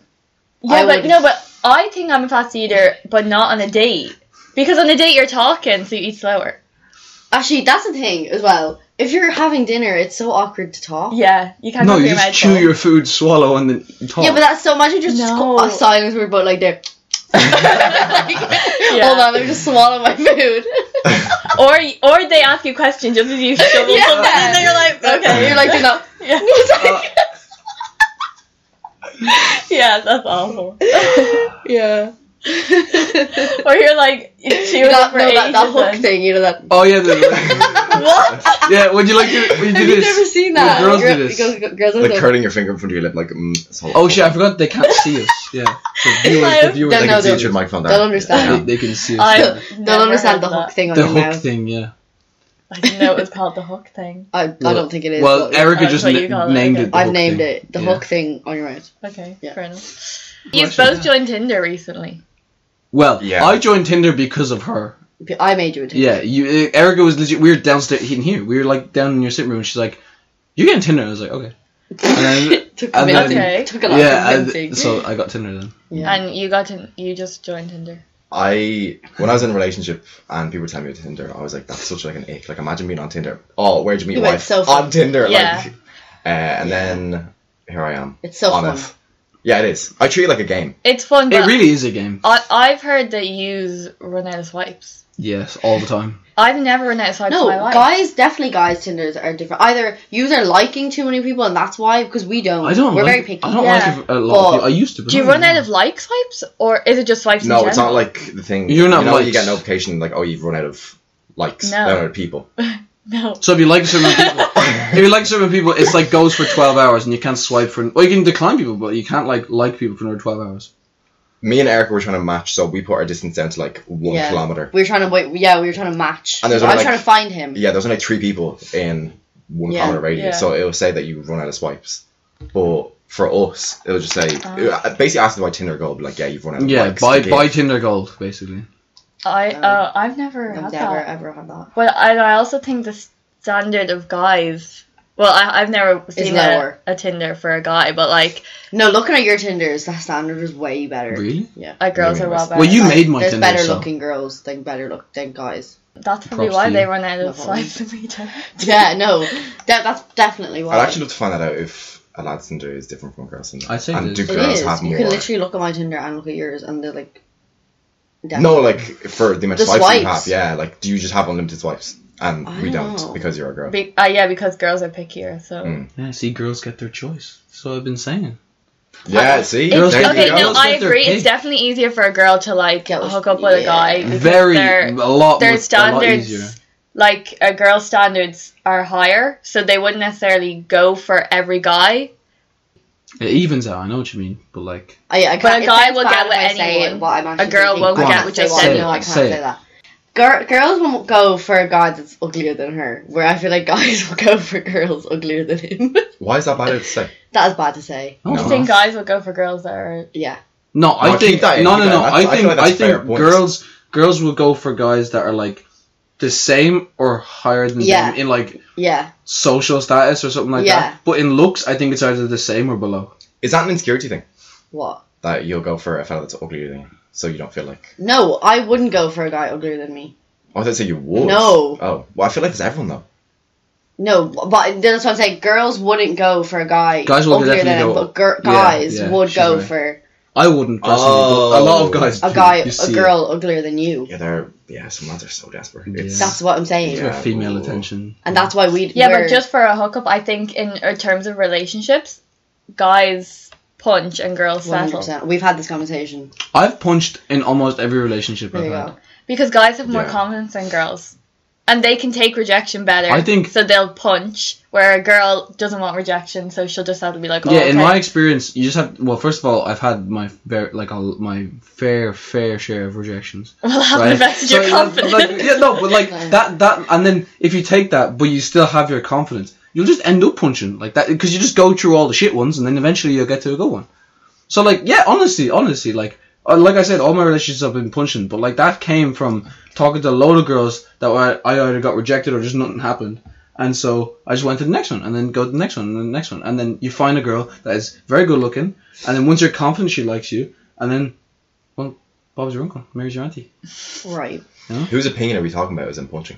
Yeah, I but would- no, but I think I'm a fast eater, but not on a date because on a date you're talking, so you eat slower. Actually, that's the thing as well. If you're having dinner, it's so awkward to talk. Yeah, you can't. No, talk you your just mouth chew full. your food, swallow, and then talk. Yeah, but that's so imagine just No. a silence we're both like there. Like, Yeah. Hold on, let me just swallow my food. Or or they ask you a question just as you shovel Yeah. something, and then you're like, okay, okay, you're like, you know, yeah, yeah, that's awful. Uh, yeah. Or you're like chewing that, for no, that, that ages hook and- thing, you know that. oh yeah, the- What? yeah. Would you like to? Would you do Have you this? never seen that? girls do Gir- this. Girls, girls, girls like do- curling your finger in front of your lip, like mm, it's all- Oh shit! I forgot they can't see us. Yeah, the viewers, the Don't viewers know they can see Like a those. us. teacher microphone. They'll Dara. They, understand. they can see I us. They'll understand the hook hook thing on the your hook mouth. thing, yeah. I didn't know it was called the hook thing. I, I don't think it is. Well, but Erica that's just what na- you call it, named okay. it. The I've hook named thing. it the Yeah. hook thing on your mouth. Okay, Yeah. fair enough. Well, You've actually, both yeah. joined Tinder recently. Well, Yeah. I joined Tinder because of her. I made you a tinder. Yeah, you. eh, Erica was legit. We were downstairs in here. We were like down in your sitting room. and She's like, "You're getting Tinder." I was like, "Okay." And then, took and then- convincing. Okay. Took a lot yeah, of and- convincing. so I got Tinder then. yeah. And you got to, you just joined Tinder. I when I was in a relationship and people were telling me about Tinder, I was like, that's such like an ick. Like imagine being on Tinder. Oh, where'd you meet Yeah, your but wife? it's so fun. on Tinder, Yeah. like. Uh, and then here I am. It's so on fun. it. Yeah, it is. I treat it like a game. It's fun, but It really is a game. I, I've heard that you run out of swipes. Yes, all the time. I've never run out of swipes No, in my life. guys, definitely guys. Tinders are different. Either you are liking too many people, and that's why. Because we don't. I don't. We're like, very picky. I don't Yeah. like it a lot. of But people. I used to. But Do you I run don't out of like swipes, or is it just swipes? No, in it's not general? like the thing. You're not you know, likes. you get a notification like, oh, you've run out of likes, No. run out of people. No. So if you like certain people, if you like certain people, it's like goes for twelve hours, and you can't swipe for. Or you can decline people, but you can't like like people for another twelve hours. Me and Erica were trying to match, so we put our distance down to like one Yeah. kilometer. We were trying to wait. Yeah, we were trying to match. And there's I was only, like- trying to find him. Yeah, there's only three people in one Yeah. kilometer radius, Yeah. so it'll say that you run out of swipes. But for us, it'll just say Ah. it basically ask them why Tinder gold, like yeah, you've run out of Yeah, likes. buy to buy give. Tinder Gold basically. I Um, uh, I've never I've had never that. ever had that. Well, and I also think the standard of guys. Well, I, I've never seen a, lower. a Tinder for a guy, but like, No, looking at your Tinders, that standard is way better. Really? Yeah. like girls mean are by- well better. Well, you Like, made my There's Tinder. better so. looking girls than better look than guys. That's probably Props why to they you. run out of No swipes in Tinder. Yeah, no, that, that's definitely why. I'd actually love to find that out if a lad's Tinder is different from a girl's Tinder. I'd say it and do is. It girls is. have You more? can literally look at my Tinder and look at yours, and they're like. no, like for the amount of The swipes, that you have. swipes. Yeah, like do you just have unlimited swipes? and we I don't know. because you're a girl. Be- uh, yeah, because girls are pickier. So Mm. Yeah, see, girls get their choice. So I've been saying. yeah, see, It's- there okay, you go. no, Girls I get their agree. It's pick. definitely easier for a girl to like Get what- hook up with a yeah. guy because Very, a they're lot, their more, a lot standards- easier. like a girl's standards are higher, so they wouldn't necessarily go for every guy. It evens out, I know what you mean, but like, Oh, I, I But can't- a it guy sounds will bad get if with I say anyone. what I'm actually girl thinking. will I get can't with say just what- anyone. No, I can't Say say, it. that. Gir- girls will go for a guy that's uglier than her, where I feel like guys will go for girls uglier than him. Why is that bad to say? that is bad to say. no, No. I think guys will go for girls that are Yeah. no, I No, think keep that in, no, keep no, no. that in. I That's- I think feel like I that's fair think points. girls girls will go for guys that are like the same or higher than Yeah. them in like Yeah. social status or something like Yeah. that. But in looks, I think it's either the same or below. Is that an insecurity thing What? that you'll go for a fella that's uglier than you, so you don't feel like? No, I wouldn't go for a guy uglier than me. Oh, I thought you said you would. No. Oh, well, I feel like it's everyone though. No, but that's what I'm saying. Girls wouldn't go for a guy Guys will uglier than definitely him, go- but gir- yeah, guys yeah, would she's go right. for I wouldn't personally, but a lot of guys. a do. guy, You see a it. girl uglier than you. Yeah, they're yeah. Some lads are so desperate. Yeah. It's That's what I'm saying, Yeah. for female Ooh. attention. and that's why we. yeah, but just for a hookup, I think in, in terms of relationships, guys punch and girls one hundred settle percent. We've had this conversation. I've punched in almost every relationship There I've you had. go. because guys have more Yeah. confidence than girls, and they can take rejection better. I think- so. They'll punch where a girl doesn't want rejection, so she'll just have to be like, oh, yeah, okay. in my experience, you just have. Well, first of all, I've had my fair, like a, my fair fair share of rejections. well, that right? affected So, your confidence. Like, yeah, no, but like that that, and then if you take that, but you still have your confidence, you'll just end up punching like that because you just go through all the shit ones, and then eventually you'll get to a good one. So like, yeah, honestly, honestly, like. uh, Like I said, all my relationships have been punching, but like that came from talking to a load of girls that were, I either got rejected or just nothing happened. And so I just went to the next one, and then go to the next one, and then the next one, and then you find a girl that is very good looking, and then once you're confident she likes you, and then, well, Bob's your uncle, Mary's your auntie. Right. Whose opinion are we talking about? Is in punching?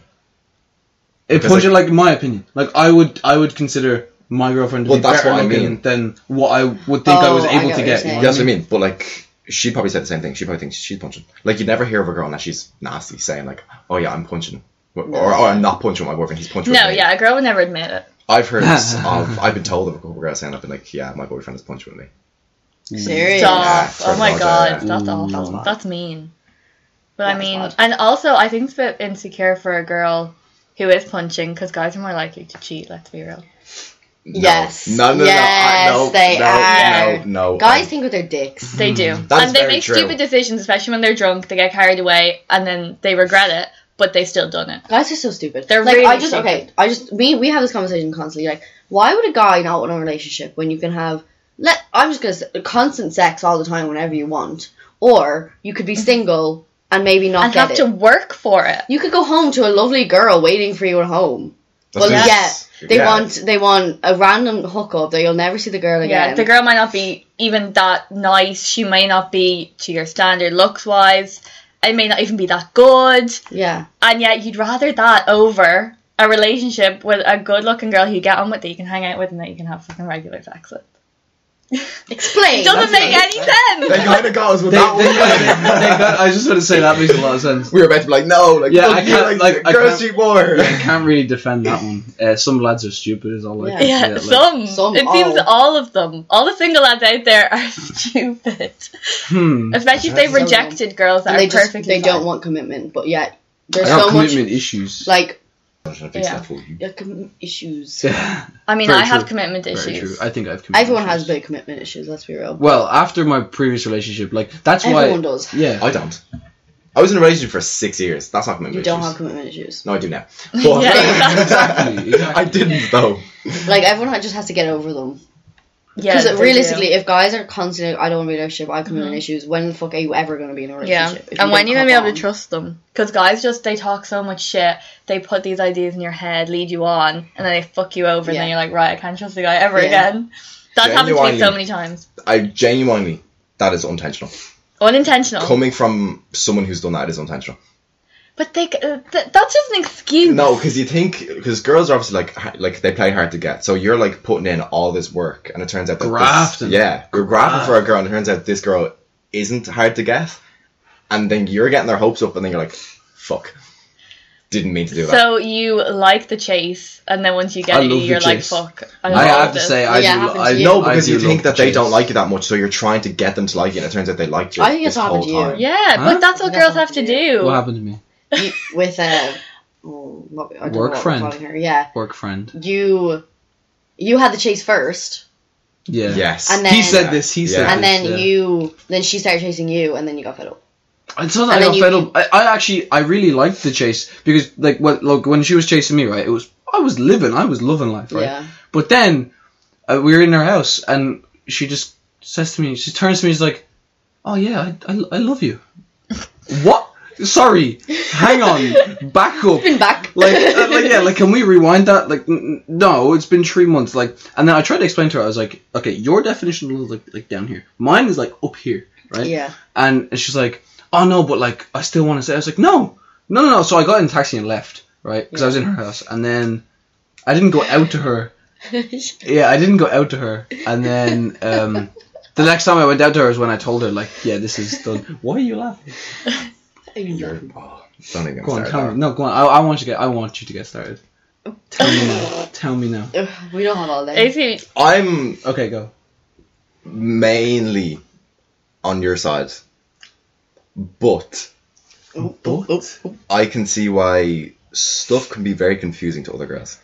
It Because, puts it like my opinion. Like I would, I would consider my girlfriend to Well, be that's better what I looking mean. than what I would think I was Oh, I able get to what get. you're you know That's what I what mean? I mean. But like, she probably said the same thing. She probably thinks she's punching. Like, you'd never hear of a girl unless she's nasty, saying like, "Oh yeah, I'm punching," or, or, "Oh, I'm not punching my boyfriend. He's punching." no, with me." yeah, a girl would never admit it. I've heard of. I've been told of a couple of girls saying, "I've been like, yeah, my boyfriend is punching with me." Mm. Seriously. Stop. Yeah, oh my Trevor god, Noah. that's That's awful. bad. That's mean. But I That's mean, bad. and also, I think it's a bit insecure for a girl who is punching because guys are more likely to cheat, let's be real. No. Yes. No, no, Yes, no. I, no, they no, are. No, no. Guys I- think with their dicks. They do. That's and they very make true. stupid decisions, especially when they're drunk, they get carried away, and then they regret it, but they still done it. Guys are so stupid. They're like really I just stupid. okay. I just we we have this conversation constantly. Like, why would a guy not want a relationship when you can have let I'm just gonna say, constant sex all the time whenever you want, or you could be single and maybe not Mm-hmm. and get have it. to work for it. You could go home to a lovely girl waiting for you at home. That's Well, just- yeah, they yeah. want they want a random hookup that you'll never see the girl again. Yeah, the girl might not be even that nice. She may not be to your standard looks wise. It may not even be that good. Yeah, And yet, you'd rather that over a relationship with a good looking girl who you get on with, that you can hang out with, and that you can have fucking regular sex with. explain. It doesn't make any They sense! kind of got us with They- that they- they- one. they got- I just want to say that makes a lot of sense. we were about to be like, no, like, Yeah, yeah, I I can't- can't, like, like, I girls can't- cheat more. I can't really defend that one. Uh, some lads are stupid, is all. Like, Yeah. Yeah, like- some. Some, It seems all. all of them. All the single lads out there are stupid. Hmm. Especially if they've Some of them. rejected girls that They are just perfectly they don't fine. want commitment, but yet I there's got so much commitment issues. like I'm trying to fix Yeah. that for you. yeah, com- issues. I mean, Very I have true. commitment Very true. issues. I think I've. commitment Everyone has a issues. bit of commitment issues. Let's be real. Mm-hmm. Well, after my previous relationship, like that's Everyone why. does. Yeah. I don't. I was in a relationship for six years. That's not commitment. You don't issues. have commitment issues. No, I do now. Yeah, exactly, exactly. I didn't though. Like everyone ha- just has to get over them. Yeah, Because they do. Mm-hmm. realistically, if guys are constantly, like, I don't want to be in a relationship. I have commitment issues. When the fuck are you ever going to be in a Yeah, relationship? If and when don't you're gonna be cop able to on? trust them? Because guys just they talk so much shit. They put these ideas in your head, lead you on, and then they fuck you over, and Yeah. then you're like, right, I can't trust the guy ever Yeah. again. That's happened to me so Genuinely. many times. I genuinely that is unintentional. Unintentional. Coming from someone who's done that is unintentional. but they, c- uh, th- that's just an excuse. No, because you think because girls are obviously like ha- like they play hard to get, so you're like putting in all this work, and it turns out that this- Grafting. Ah. yeah, you're grafting for a girl, and it turns out this girl isn't hard to get, and then you're getting their hopes up, and then you're like, fuck. Didn't mean to do that. So you like the chase, and then once you get I it, love the you're like, chase. "Fuck!" I love have to this. say, I Yeah, do. it happens I, to you. No, because I you do think love that they don't Chase. like you that much, so you're trying to get them to like you, and it turns out they liked you. I think it's this happened whole to you. time. yeah, Huh? but that's what Yeah. girls have to do. What happened to me? You- with a oh, what- I don't know Work what we're friend. calling her. Yeah, Work friend. you you had the chase first, Yeah. Yes. And then- He said this. He said Yeah. and this, then yeah. you then she started chasing you, and then you got fed up. And so And I then got you fed can- up. I, I actually, I really liked the chase because, like, what, look, when she was chasing me, right, it was I was living, I was loving life, right. Yeah. But then uh, we were in her house, and she just says to me, she turns to me, she's like, "Oh yeah, I, I, I love you." what? Sorry, hang on, back up. Been back. Like, uh, like, yeah, like, can we rewind that? Like, n- n- no, it's been three months. Like, and then I tried to explain to her. I was like, okay, your definition is like, like down here. Mine is like up here, right? Yeah. And she's like, oh no, but like, I still want to say. I was like, no, no, no, no. So I got in a taxi and left, right? Because I was in her house, and then I didn't go out to her. yeah, I didn't go out to her, and then um, the next time I went out to her is when I told her, like, yeah, this is done. Why are you laughing? You're, oh, don't even Go on, start tell that. me. No, go on. I, I want you to get. I want you to get started. Tell me now. Tell me now. Ugh, we don't have all day. AC, I'm Okay, go. mainly on your side, but But I can see why stuff can be very confusing to other girls.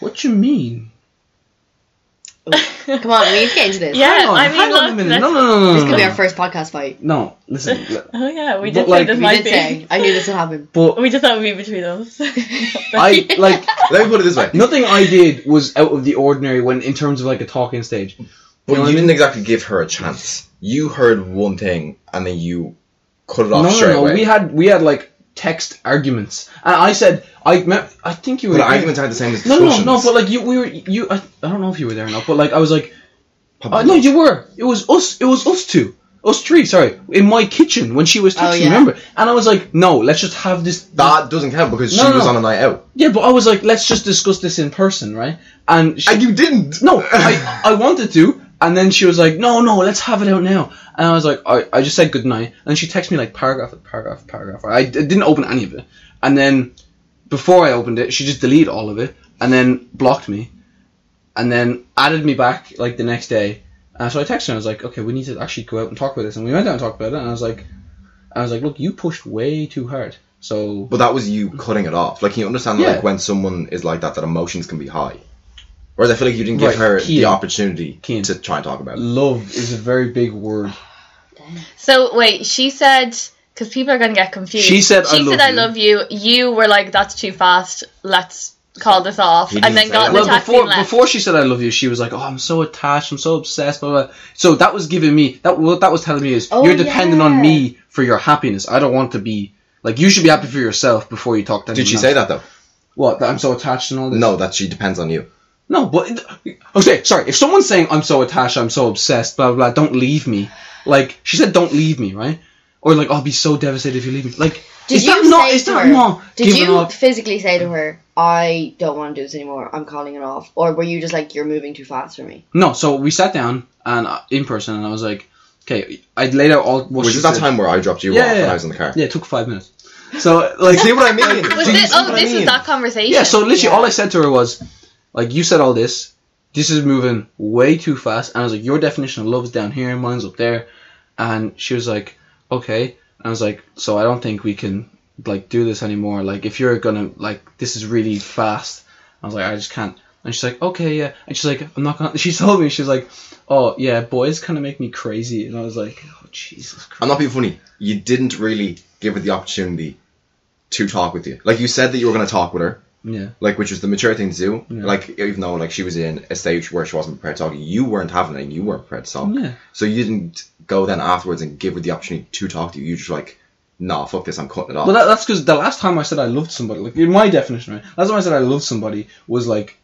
what you mean? Come on, we need to get into this. yeah, hang on, I mean, hang look, on a minute. that's- No, no, no, no, This no, could be our no. first podcast fight. No, listen. Oh yeah, we But, did like, say this we We might did be. say, I knew this would happen. But We just thought it would be between us. I like Let me put it this way. nothing I did was out of the ordinary when in terms of like a talking stage. But know you what I didn't mean? exactly give her a chance. You heard one thing and then you cut it No, off no, straight no. away. We had we had like text arguments, and I said I me- I think you were. but there. arguments are the same as No, no, discussions. no. But like you, we were you. I, I don't know if you were there or not, but like I was like. Probably Oh, Uh, no, you were. It was us. It was us two. Us three, sorry. In my kitchen when she was texting, Oh, yeah. remember? And I was like, no, let's just have this. that doesn't count because No, she no, was no. on a night out. yeah, but I was like, let's just discuss this in person, right? And she, And you didn't. no, I, I wanted to. And then she was like, no, no, let's have it out now. And I was like, I, I just said goodnight. And she texted me like paragraph, after paragraph, paragraph. I, I didn't open any of it. And then before I opened it, she just deleted all of it and then blocked me and then added me back like the next day. And so I texted her. I was like, okay, we need to actually go out and talk about this. And we went out and talked about it. And I was like, I was like, look, you pushed way too hard. So But that was you cutting it off. Like you understand Yeah. like when someone is like that that emotions can be high. Whereas I feel like you didn't give Right, her keen. the opportunity Keen. to try and talk about it. love is a very big word. so wait, she said because people are gonna get confused. She said, she "I said love I you." love you. You were like, "That's too fast. Let's call this off," He and didn't then say got that. in the Well, taxi before and left. before she said I love you, she was like, "Oh, I'm so attached, I'm so obsessed." Blah, blah. blah. So that was giving me that what that was telling me is Oh, you're dependent on yeah. me for your happiness. I don't want to be like you should be happy for yourself before you talk to. Did she anyone say else. that though? What that I'm so attached and all this? No, that she depends on you. no. But okay, sorry. If someone's saying I'm so attached, I'm so obsessed, blah blah, blah don't leave me. Like she said, don't leave me, right? Or like "Oh, I'll be so devastated if you leave me. Like Did is you that say not? Is to that her? not? Did giving you up? physically say to her, "I don't want to do this anymore. I'm calling it off," or were you just like, "You're moving too fast for me"? No. So we sat down and uh, in person, and I was like, okay, I laid out all. What Which she is that said. time where I dropped you Yeah, off yeah, when yeah. I was in the car. Yeah, it took five minutes. So like, See what I mean? Was Do you thi- see oh, what I this mean? was that conversation. yeah, so literally all I said to her was, like, you said all this. This is moving way too fast, and I was like, your definition of love is down here, mine's up there, and she was like, okay. And I was like, so I don't think we can like do this anymore. Like, if you're gonna like, this is really fast. I was like, I just can't. And she's like, okay, yeah. And she's like, I'm not gonna. She told me she's like, oh yeah, boys kind of make me crazy, and I was like, oh Jesus Christ. I'm not being funny. You didn't really give her the opportunity to talk with you. Like you said that you were going to talk with her, Yeah. like which was the mature thing to do. Yeah. Like even though like she was in a stage where she wasn't prepared to talk, you weren't having it. and You weren't prepared to talk. Yeah. So you didn't go then afterwards and give her the opportunity to talk to you. You just like, nah, fuck this. I'm cutting it off. Well, that, that's because the last time I said I loved somebody, like in my definition, right? Last time I said I loved somebody was like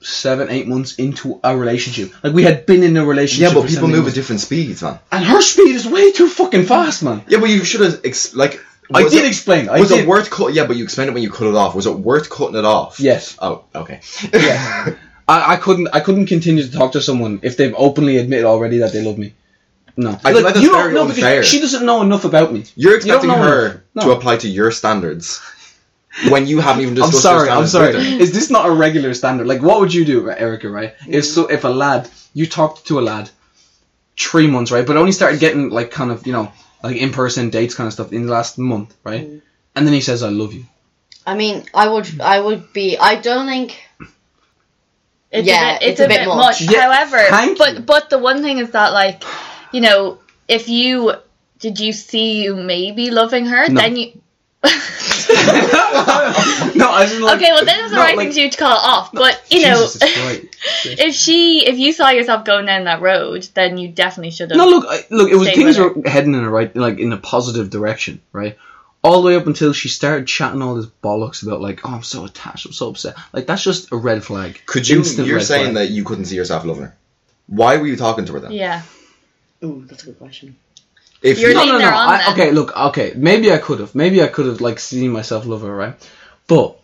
seven, eight months into a relationship. Like we had been in a relationship. yeah, but for people seven, eight move at months. different speeds, man. And her speed is way too fucking fast, man. Yeah, but you should have ex- like. I was did it- explain. I Was did. it worth cut? Yeah, but you explained it when you cut it off. Was it worth cutting it off? Yes. Oh, okay. I, I couldn't. I couldn't continue to talk to someone if they've openly admitted already that they love me. No, I feel like that's you don't very know because unfair. she doesn't know enough about me. You're You don't expecting know her enough. to No. apply to your standards. when you haven't even I'm discussed sorry, your I'm sorry. standards with them. Is this not a regular standard? Like, what would you do, Erica? Right? If so, if a lad you talked to a lad three months, right, but only started getting like kind of you know like in person dates kind of stuff in the last month, right? Mm. And then he says, "I love you." I mean, I would, I would be. I don't think. It's Yeah, a bit, it's, a, bit, much. Yeah, However, thank but you. but the one thing is that like, you know, if you did you see you maybe loving her, No. then you. No, I didn't like. okay, well then it was the not right like- thing to do to call it off. but you Jesus, know, it's great. if she if you saw yourself going down that road, then you definitely should have. No, look, I, look. It was Stay things with were heading in the right, like in a positive direction, right? All the way up until she started chatting all this bollocks about like, oh, I'm so attached, I'm so upset. Like that's just a red flag. Could you? Instant you're red saying flag. that you couldn't see yourself loving her. Why were you talking to her then? Yeah. Ooh, that's a good question. If You're you- No, no, leading no. her on I, then. okay, look, okay. Maybe I could have. Maybe I could have like seen myself love her, right? But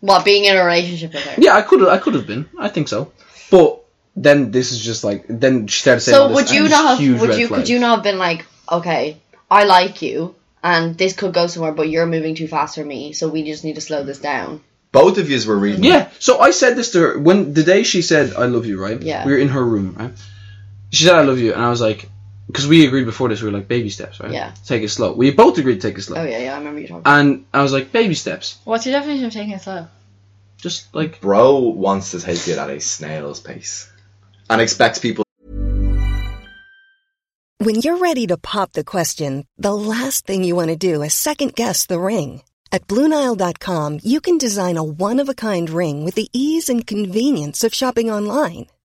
Well, being in a relationship with her. yeah, I could. I could have been. I think so. But then this is just like then she started saying. all So this, would and you it's not huge have? Would red you? flags. Could you not have been like, okay, I like you, and this could go somewhere, but you're moving too fast for me, so we just need to slow this down. both of yous were reading. Yeah. So I said this to her when the day she said "I love you," right? Yeah. We were in her room, right? She said "I love you," and I was like, because we agreed before this, we were like baby steps, right? Yeah. Take it slow. We both agreed to take it slow. Oh yeah, yeah, I remember you talking. And I was like, baby steps, What's your definition of taking it slow? just like Bro wants to take it at a snail's pace, and expects people When you're ready to pop the question, the last thing you want to do is second guess the ring. At Bluenile.com, you can design a one of a kind ring with the ease and convenience of shopping online.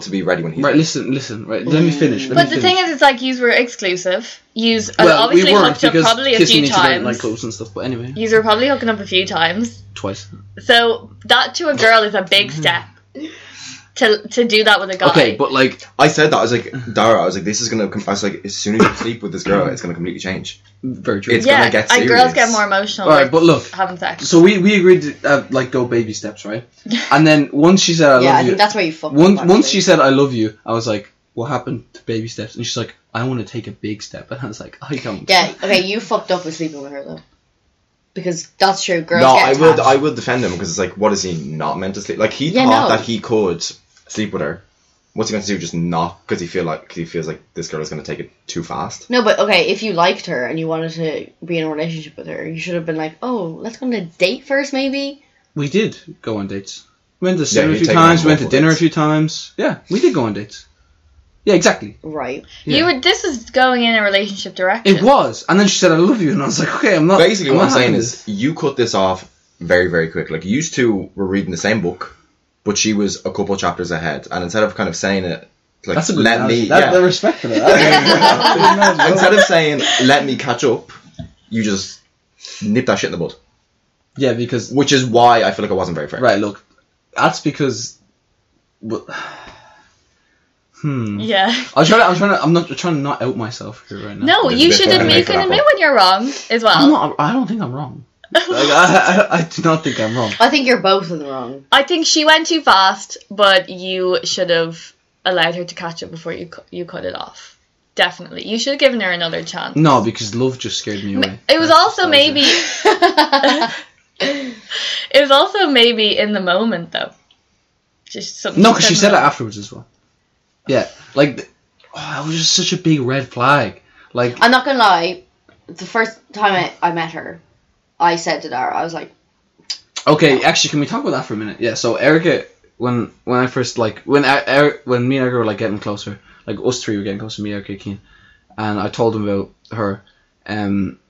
to be ready when he's right. Listen, listen. Right. Let me finish. Let But me the finish. thing is, it's like yous were exclusive. Yous well, obviously we weren't hooked up because probably a kissing few each other in times. nightclubs and stuff. But anyway, Yous were probably hooking up a few times. twice. So that to a girl is a big step. To to do that with a guy. Mm-hmm. Okay, but like uh, I said that I was like, Dara, I was like, this is gonna. Com-. I was like, as soon as you sleep with this girl, it's gonna completely change. very true. It's yeah, gonna get and serious. girls get more emotional. All right, like, but look. having sex. So we, we agreed to uh, like go baby steps, right? And then once she said I yeah, love I you, think that's where you fucked once up, once actually. she said I love you, I was like, what happened to baby steps? And she's like, I want to take a big step, and I was like, I don't. Yeah, okay, you fucked up with sleeping with her though, because that's true. Girls No, get I will. attached. I will defend him because it's like, what is he not meant to sleep? Like he Yeah, thought no. that he could sleep with her. What's he going to do? Just not because he feel like 'cause he feels like this girl is going to take it too fast. No, but okay, if you liked her and you wanted to be in a relationship with her, you should have been like, oh, let's go on a date first, maybe. We did go on dates. We went to the cinema you've a few taken on times. We went to multiple dinner a dates. few times. Yeah, we did go on dates. Yeah, exactly. Right. you were this is going in a relationship direction. It was, and then she said I love you, and I was like, okay, I'm not. Basically, I'm what I'm not saying having is, you cut this off very, very quick. Like you two were reading the same book, but she was a couple chapters ahead, and instead of kind of saying it, like that's a good. let analogy. me, That, yeah. I respect for that. instead of saying let me catch up, you just nip that shit in the bud. yeah, because Which is why I feel like I wasn't very fair. Right, look, that's because. Well, Hmm. Yeah. I'm trying. To, I'm trying. To, I'm not I'm trying to not out myself here right now. No, It's you a bit should better admit you make can an admit apple. when you're wrong as well. I'm not. I don't think I'm wrong. Uh, Like, I, I, I do not think I'm wrong. I think you're both in the wrong. I think she went too fast, but you should have allowed her to catch it before you cu- you cut it off. Definitely, you should have given her another chance. No, because love just scared me away. It was That's- also that was it. maybe. it was also maybe in the moment though. Just something. No, because she said it that afterwards as well. Yeah, like th- oh, that was just such a big red flag. Like I'm not gonna lie. The first time I, I met her, I said to Dara, I was like, Okay, actually, can we talk about that for a minute? Yeah. So Erica, when when I first like when I, Eric, when me and Erica were like getting closer, like us three were getting closer, me, Erica, Keen, and I told him about her. Um,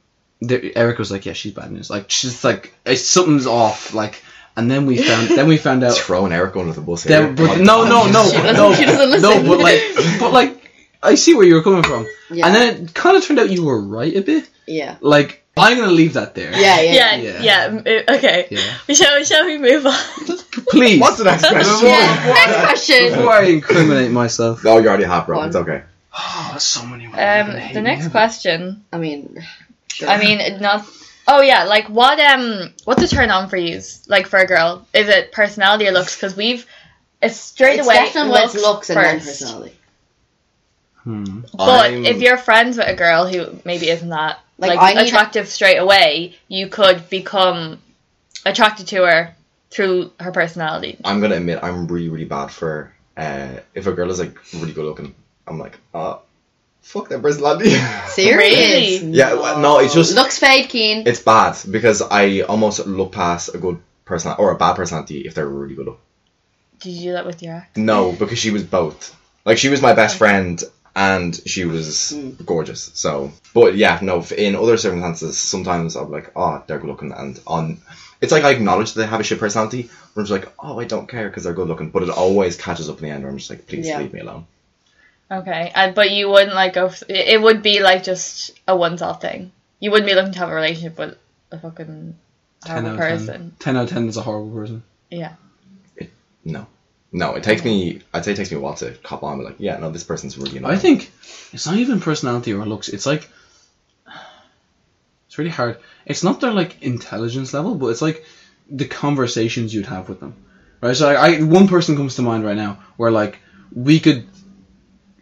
the, Erica was like, "Yeah, she's bad news. Like she's like it's, something's off." Like, and then we found then we found out Throwing Eric under the bus here. that, but no, no, no, She doesn't- no, she doesn't no, listen. but like, but like, I see where you were coming from, Yeah. and then it kind of turned out you were right a bit. yeah, Like, I'm gonna leave that there. yeah, yeah. Yeah, Yeah. yeah. m- okay. Yeah. Shall shall we move on? Please. What's the next question? Yeah. Next question. Um, Before I incriminate myself. No, you already have, bro. It's okay. Oh, so many women. are gonna Um, hate the me, next aren't question. I mean, sure. I mean, not. Oh yeah, like what? Um, what's a turn on for you? Like for a girl, is it personality or looks? Because we've it's straight it's away definitely looks, looks, looks and then first. personality. they? Hmm. but I'm- if you're friends with a girl who maybe isn't that Like, like, I need- attractive straight away, you could become attracted to her through her personality. I'm gonna admit I'm really really bad for uh, if a girl is like really good looking. I'm like, uh fuck that personality. Serious? Really? yeah, well, no, it's just Looks fade, Keen. it's bad because I almost look past a good person or a bad personality if they're really good looking. Did you do that with your ex? No, because she was both. Like she was my best friend and she was gorgeous. So, but yeah, no. f- In other circumstances, sometimes I'm like, oh, they're good looking, and on. It's like I acknowledge that they have a shit personality. Where I'm just like, oh, I don't care because they're good looking, but it always catches up in the end. Where I'm just like, please Yeah. leave me alone. Okay, and, but you wouldn't like go. f- It it would be like just a once-off thing. You wouldn't be looking to have a relationship with a fucking Ten out horrible of person. ten. Ten out of ten is a horrible person. Yeah. No. No, it takes me. I'd say it takes me a while to cop on. But like, yeah, no, this person's really annoying. I think it's not even personality or looks. It's like it's really hard. It's not their like intelligence level, but it's like the conversations you'd have with them, right? So I, I one person comes to mind right now where like we could.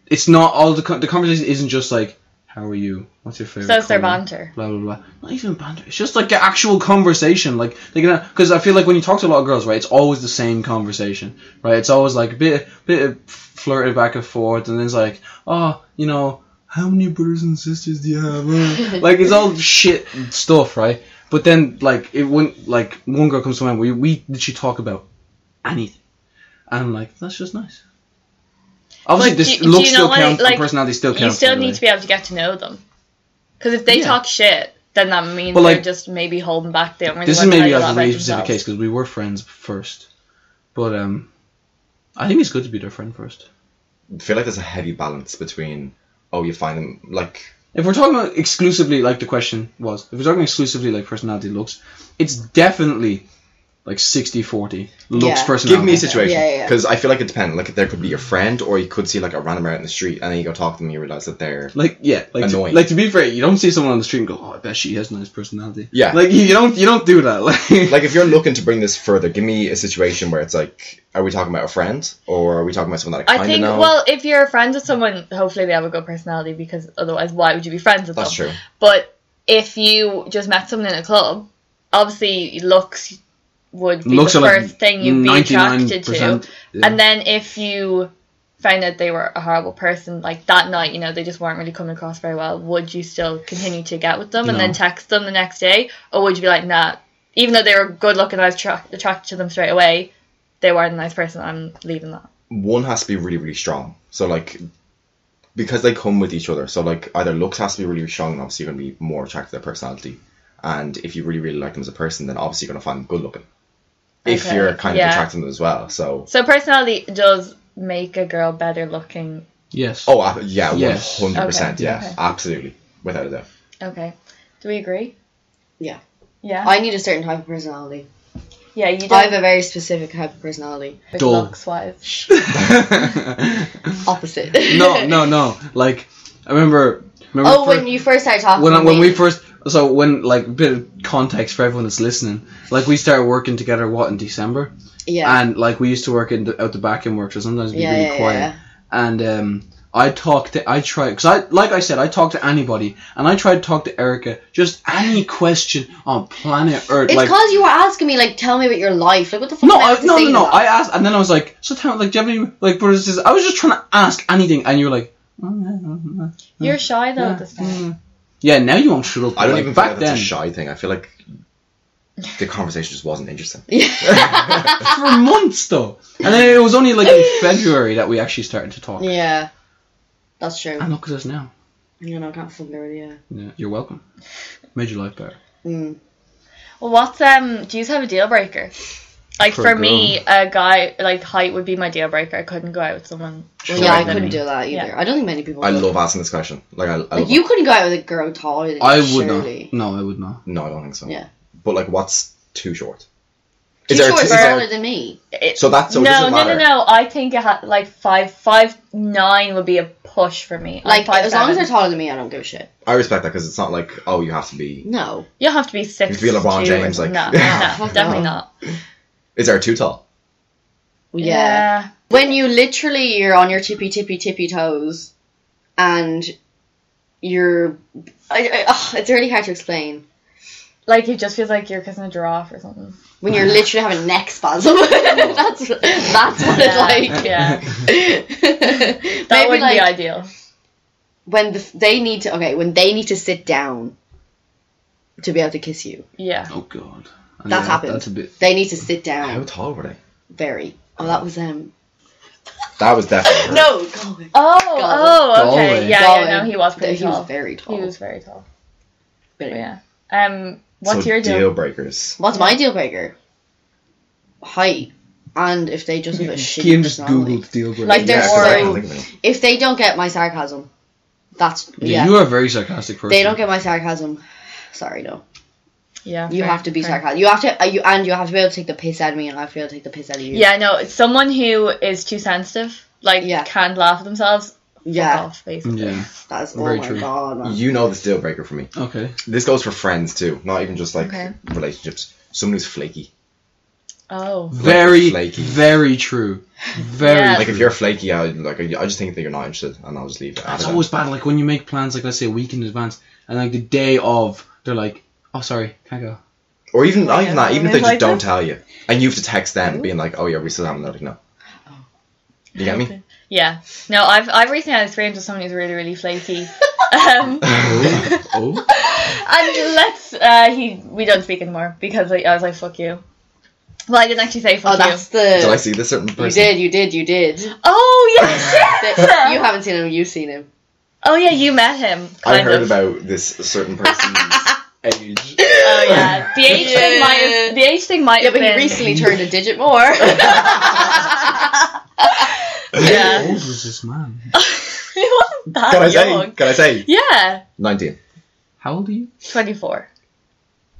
It's not all the con- the conversation isn't just like how are you, what's your favorite. So it's their colour?" banter. Blah blah blah. Not even banter. It's just like an actual conversation. Like they can because I feel like when you talk to a lot of girls, right, it's always the same conversation, right? It's always like a bit bit of flirted back and forth, and then it's like, oh, you know, how many brothers and sisters do you have? Uh, like it's all shit stuff, right? But then like it wouldn't like one girl comes to mind, we we literally talk about anything, and I'm like that's just nice. Obviously, But this do- do look you know still what? counts, Like, and personality still counts. You still by the way. need to be able to get to know them. Because if eh? they Yeah. talk shit, then that means Well, like- they're just maybe holding back. They don't really this is want to maybe tell you like a a lot really about specific case themselves. because we were friends first, but um, I think it's good to be their friend first. I feel like there's a heavy balance between. Oh, you find them like. If we're talking about exclusively like the question was, if we're talking exclusively like personality looks, it's definitely like 60-40 looks Yeah. personality. Give me a situation Yeah, yeah, yeah. because I feel like it depends. Like there could be your friend, or you could see like a random out in the street, and then you go talk to them, and you realize that they're Like yeah, like to, Annoying. like to be fair, you don't see someone on the street and go, "Oh, I bet she has a nice personality." Yeah. like you you don't you don't do that. Like, like if you're looking to bring this further, give me a situation where it's like, are we talking about a friend, or are we talking about someone that I I kind of think, know? well, if you're friends with someone, hopefully they have a good personality because otherwise, why would you be friends with That's them? true. But if you just met someone in a club, obviously looks would be Looks the are, like, first thing you'd be attracted to. 99%, yeah. And then if you found out they were a horrible person, like that night, you know, they just weren't really coming across very well, would you still continue to get with them and No. then text them the next day? Or would you be like, nah, even though they were good looking, I was tra- attracted to them straight away, they weren't a nice person, I'm leaving that. one has to be really really strong. So like, because they come with each other. So like, either looks has to be really, really strong, and obviously you're gonna be more attracted to their personality. And if you really really like them as a person, then obviously you're gonna find them good looking. If Okay, you're kind yeah. of attracting them as well, so So personality does make a girl better looking. yes. oh uh, yeah, one Yes. hundred percent, Okay, yeah, okay. absolutely, without a doubt. Okay. Do we agree? Yeah. Yeah. I need a certain type of personality. Yeah, you don't. I have a very specific type of personality. Dull. looks wise. Opposite. no, no, no. Like I remember. remember oh, fir- when you first started talking when to I- when me. we first so when like bit of context for everyone that's listening like we started working together what in December Yeah. and like we used to work in the, out the back end work so sometimes it'd be Yeah, really yeah, yeah, quiet yeah. and um I talked to I try because I like I said I talk to anybody and I tried to talk to Erica just any question on planet Earth It's like because you were asking me, like, tell me about your life. Like, what the fuck? no, am I, supposed to no, say no, to no. that? I asked, and then I was like, "So tell me, like, do you have any like brothers?" and sisters?" I was just trying to ask anything, and you were like, You're shy though at this Mm. time. "Yeah, now you won't shut up." I don't like, even feel back like that's then. a shy thing. I feel like the conversation just wasn't interesting. for months though. And then it was only like in February that we actually started to talk. Yeah. That's true. And look at us now. You Mm. know, I can't fucking really, yeah. Yeah, you're welcome. Made your life better. Well, what's um? Do you have a deal breaker? Like For for, a girl. me, a guy like height would be my deal breaker. I couldn't go out with someone. Well, yeah, I shorter than couldn't me. do that either. Yeah. I don't think many people I would. love asking this question. Like I, I Like, love you couldn't go out with a girl taller than you, I would surely. not. Mm. No, I would not. No, I don't think so. Yeah. But like, what's too short? Too Is there- short, is you're there- taller than me. It- So that's- so it no, doesn't no, no, matter. no. I think it ha- like five, five, nine would be a push for me. I'm Like, five, as long as seven. they're taller than me, I don't give a shit. I respect that because it's not like oh you have to be. No. you have to be six. You feel LeBron two. James, like- no, no, fuck definitely no. not. Is there too tall? Yeah. When you literally, you're on your tippy, tippy, tippy toes, and you're. I, I, ugh, it's really hard to explain. like it just feels like you're kissing a giraffe or something. When you're literally having a neck spasm. that's, that's what it's like. yeah, Maybe that wouldn't like be ideal. when the, they need to okay when they need to sit down to be able to kiss you. Yeah, Oh god. And That's yeah, happened. That's a bit. They need to sit How down. tall were they? Very. Oh, that was them. That was definitely. No, Galway. Oh, Go oh, away. okay. Yeah, Galway. yeah, no, he was pretty He tall. was very tall. He was very tall. But But anyway. yeah. Um, what's so your deal, deal? breakers? What's my deal breaker? Height. And if they just have a shit Kim just personality. googled deal breaker. Like, they're Yeah, 'cause I can so... think of any. If they don't get my sarcasm, that's... Yeah. You are a very sarcastic person. They don't get my sarcasm. Sorry, no. Yeah, You fair, have to be fair. sarcastic. You have to... uh, You And you have to be able to take the piss out of me and I have to be able to take the piss out of you. Yeah, no, someone who is too sensitive, like Yeah. can't laugh at themselves. Yeah, Yeah. off, basically. Yeah. That's... Oh Very my true. Mm. god, man. You know this deal breaker for me. Okay. This goes for friends too, not even just like Okay. relationships. Someone who's flaky. Oh, Very, flaky. very true. Very. Yeah. Like true. if you're flaky, I like I just think that you're not interested, and I'll just leave. it at It's that. always bad. Like when you make plans, like let's say a week in advance, and like the day of, they're like, "Oh, sorry, can't go." Or even not even yeah, that, even if they someone is just like don't that. tell you. And you have to text them being like, Oh yeah, we still haven't they're like no. Oh. You get me? yeah. No, I've I've recently had experience with someone who's really really flaky. um, Oh, oh. and let's uh, he we don't speak anymore because like, I was like fuck you. Well, I didn't actually say fuck Oh, you. that's the... Did I see this certain person? You did, you did, you did. Oh yeah, That- you haven't seen him, you've seen him. oh yeah, you met him. I kind heard of. about this certain person's age. Oh yeah, the age thing might have, the age thing might Yeah, have but he been recently turned a digit more. How yeah. old was this man? he wasn't that Can I say? young. Can I say? Yeah, Nineteen. How old are you? twenty four.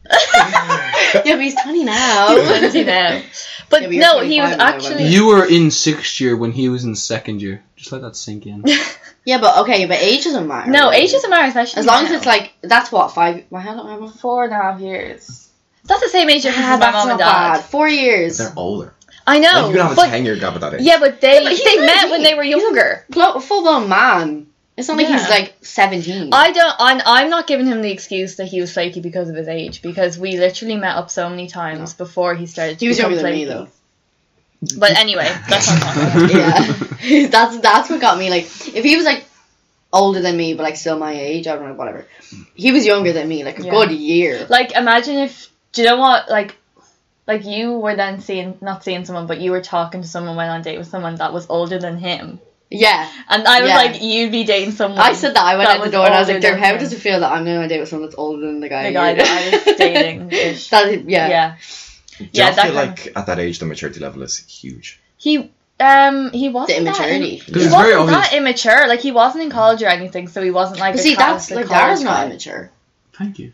yeah, but he's 20 now. Twenty now, but Yeah, but you're no, he was 25 now, actually You were in sixth year when he was in second year. Just let that sink in. yeah, but okay, but age doesn't matter. no really. age doesn't matter, especially As long as now. it's like, that's what, five? Well, how long am I? four and a half years. That's the same age difference Ah, as my that's mom not and dad. bad. Four years. They're older. I Oh, know, Like you could have a but ten year gap at that age. yeah, but they he's they met 19. when they were He's a- younger. Glo- full blown man. It's not like he's Yeah. like 17. I don't. I'm, I'm not giving him the excuse that he was flaky because of his age, because we literally met up so many times before he started. To he was become younger than me, flaky. though. But anyway, that's not. important. Yeah. that's, that's what got me. Like, if he was like older than me, but like still my age, I don't know, whatever. He was younger than me, like a Yeah. good year. Like, imagine if do you know what? Like, like you were then seeing not seeing someone, but you were talking to someone, went on a date with someone that was older than him, Yeah. and I was Yeah. like, you'd be dating someone. I said that I went that out the was door and I was older like, "Dear, than how him." does it feel that I'm going on a date with someone that's older than the guy?" the guy you- that I was dating? ish. That- yeah. yeah, Do you yeah, not feel that like at that age the maturity level is huge? he um he wasn't The that im- immaturity. he Because it's wasn't very that obvious. immature. Like he wasn't in college or anything, so he wasn't like. But a see, class- that's the like college Dara's not guy. immature. Thank you.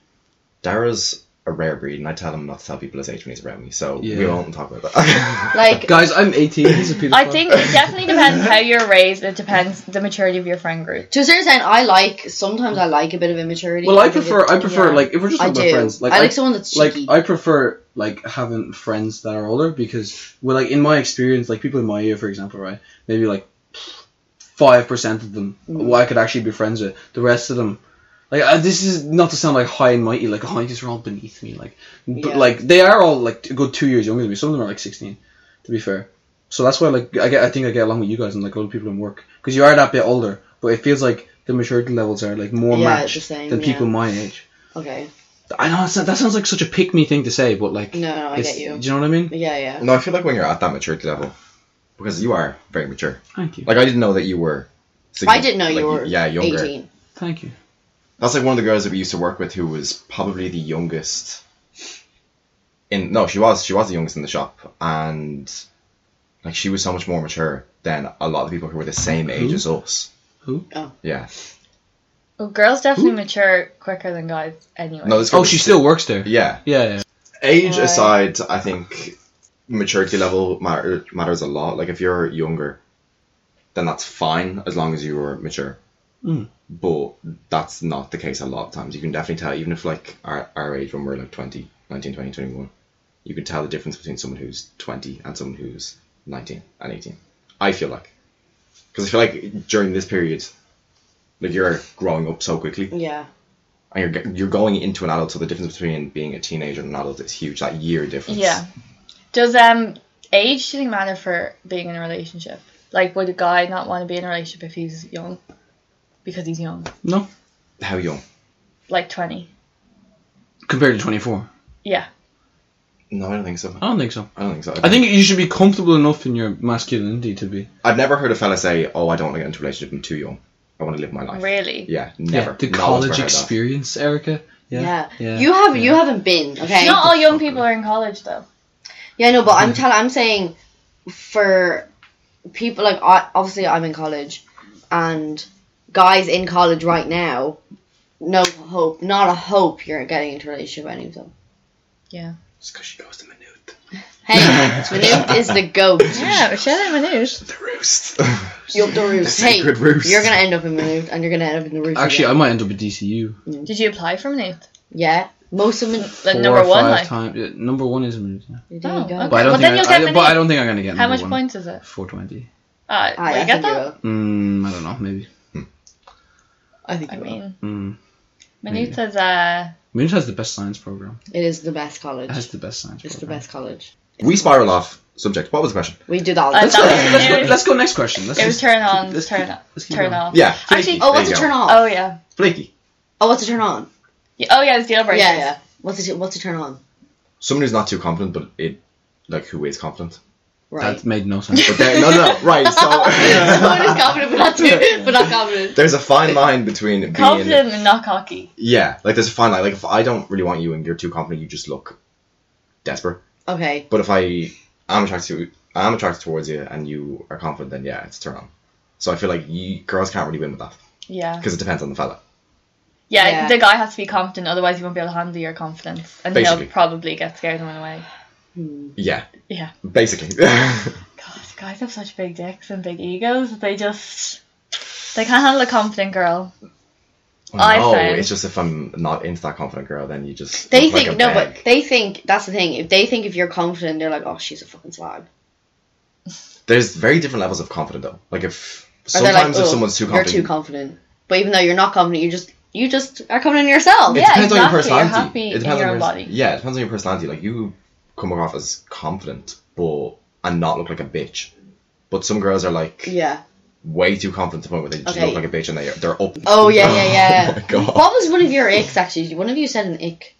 Dara's a rare breed, and I tell him not to tell people his age when he's around me. So Yeah. we won't talk about that. Like Guys, I'm 18. He's a pedophile. I think it definitely depends how you're raised. It depends the maturity of your friend group. To a certain extent, I like sometimes I like a bit of immaturity. Well, I think prefer. it- I prefer yeah. like if we're just I talking do. about friends. Like I like someone that's like cheeky. I prefer like having friends that are older because well, like in my experience, like people in my year, for example, right? Maybe like five percent of them, Mm-hmm. who I could actually be friends with. The rest of them. Like uh, this is not to sound like high and mighty, like oh these are all beneath me, like but Yeah. like they are all like a good two years younger than me. Some of them are like sixteen, to be fair. So that's why like I get I think I get along with you guys and like other people in work because you are that bit older, but it feels like the maturity levels are like more Yeah, matched the same, than people yeah. my age. okay. I know it's, that sounds like such a pick me thing to say, but like No, no, I it's- get you. Do you know what I mean? Yeah, yeah. no, I feel like when you're at that maturity level, because you are very mature. Thank you. Like I didn't know that you were. I didn't know you like, were Yeah, younger. eighteen. Thank you. That's like one of the girls that we used to work with who was probably the youngest in no, she was she was the youngest in the shop and like she was so much more mature than a lot of people who were the same age as us. Who? Yeah. Well, girls definitely mature quicker than guys anyway. No, this girl Oh, was- she still works there. Yeah. Yeah, yeah. Age Right. aside, I think maturity level matter, matters a lot. Like if you're younger, then that's fine as long as you are mature. Mm. But that's not the case a lot of times. You can definitely tell, even if like our, our age when we're like 20, 19, 20, 21, you can tell the difference between someone who's 20 and someone who's 19 and 18. I feel like. Because I feel like during this period, like you're growing up so quickly Yeah. and you're, you're going into an adult, so the difference between being a teenager and an adult is huge. That year difference. Yeah. Does um age do you think matter for being in a relationship? Like, would a guy not want to be in a relationship if he's young? Because he's young, No, How young? like twenty. compared to twenty four, Yeah. No, I don't think so. I don't think so. I don't think so. I think you should be comfortable enough in your masculinity to be. I've never heard a fella say, "Oh, I don't want to get into a relationship. I'm too young. I want to live my life." Really. Yeah, Yeah, never. the No one's college ever heard that. experience, Erica. Yeah. Yeah, yeah. You have you haven't been okay. Not all young people are in college though. Yeah, no, but I'm telling. I'm saying for people like I, obviously I'm in college, and guys in college right now, no hope, not a hope you're getting into a relationship with any of them. Yeah. It's because she goes to Minute. Hey, Manute is the goat. Yeah, shout out Manoush. The roost. You're the roost. Hey, Sacred roost. you're gonna end up in Manute, and you're gonna end up in the roost. Actually, again. I might end up at DCU. Did you apply for Manute? yeah, most of them. Like four number or one, five like. times. Yeah, number one is Minute. yeah. There you Oh, go. okay. But I don't Well, then think. you'll I, get I- but I Minute. don't think I'm gonna get. How much points is it? Four twenty. Uh, Aye, I will you get think you that? will. Mm, I don't know. Maybe. I think I you will. mean, Mm. Minute is uh, Minute has the best science program. it is the best college. It has the best science. It's the program. best college. we spiral off subject. What was the question? We do that. all Uh, the Let's go, time. that let's, go, was- let's go next question. Let's it just- was turn on, let's turn keep- off, let's keep turn going. off. Yeah. Actually- flaky. Oh, There what's you a go. turn off? Oh yeah. Flaky. Oh, what's a turn on? Yeah, Oh yeah, it's deal breakers. Yeah, yeah. What's a, what's a turn on? Someone who's not too confident, but it, like, who is confident? Right. That made no sense. But there, no, no, right. So Someone is confident, but not too, but not confident. there's a fine line between being Confident and not cocky. Yeah, like there's a fine line. Like if I don't really want you and you're too confident, you just look desperate. Okay. But if I am attracted to I'm attracted towards you and you are confident, then yeah, it's a turn on. So I feel like you girls can't really win with that Yeah. because it depends on the fella. yeah. Yeah. the guy has to be confident, otherwise he won't be able to handle your confidence, and Basically. he'll probably get scared and run away. Yeah, Yeah. basically. God, guys have such big dicks and big egos. They just they can't handle a confident girl. I no, found- Oh, it's just if I'm not into that confident girl, then you just They look like think a no, bag. but they think that's the thing. If they think if you're confident, they're like, oh, she's a fucking slag. there's very different levels of confident though. Like if Or they're sometimes like, if "Oh, someone's too you're confident, too confident. But even though you're not confident, you just you just are confident in yourself. it Yeah, depends on your exactly. You're personality. happy it depends in on your your body. Yeah, it depends on your personality. Like you come across as confident, but and not look like a bitch. But some girls are like Yeah. way too confident to the point where they just Okay. look like a bitch and they they're up. Oh yeah, yeah, yeah. Oh my God. What was one of your icks actually? One of you said an ick.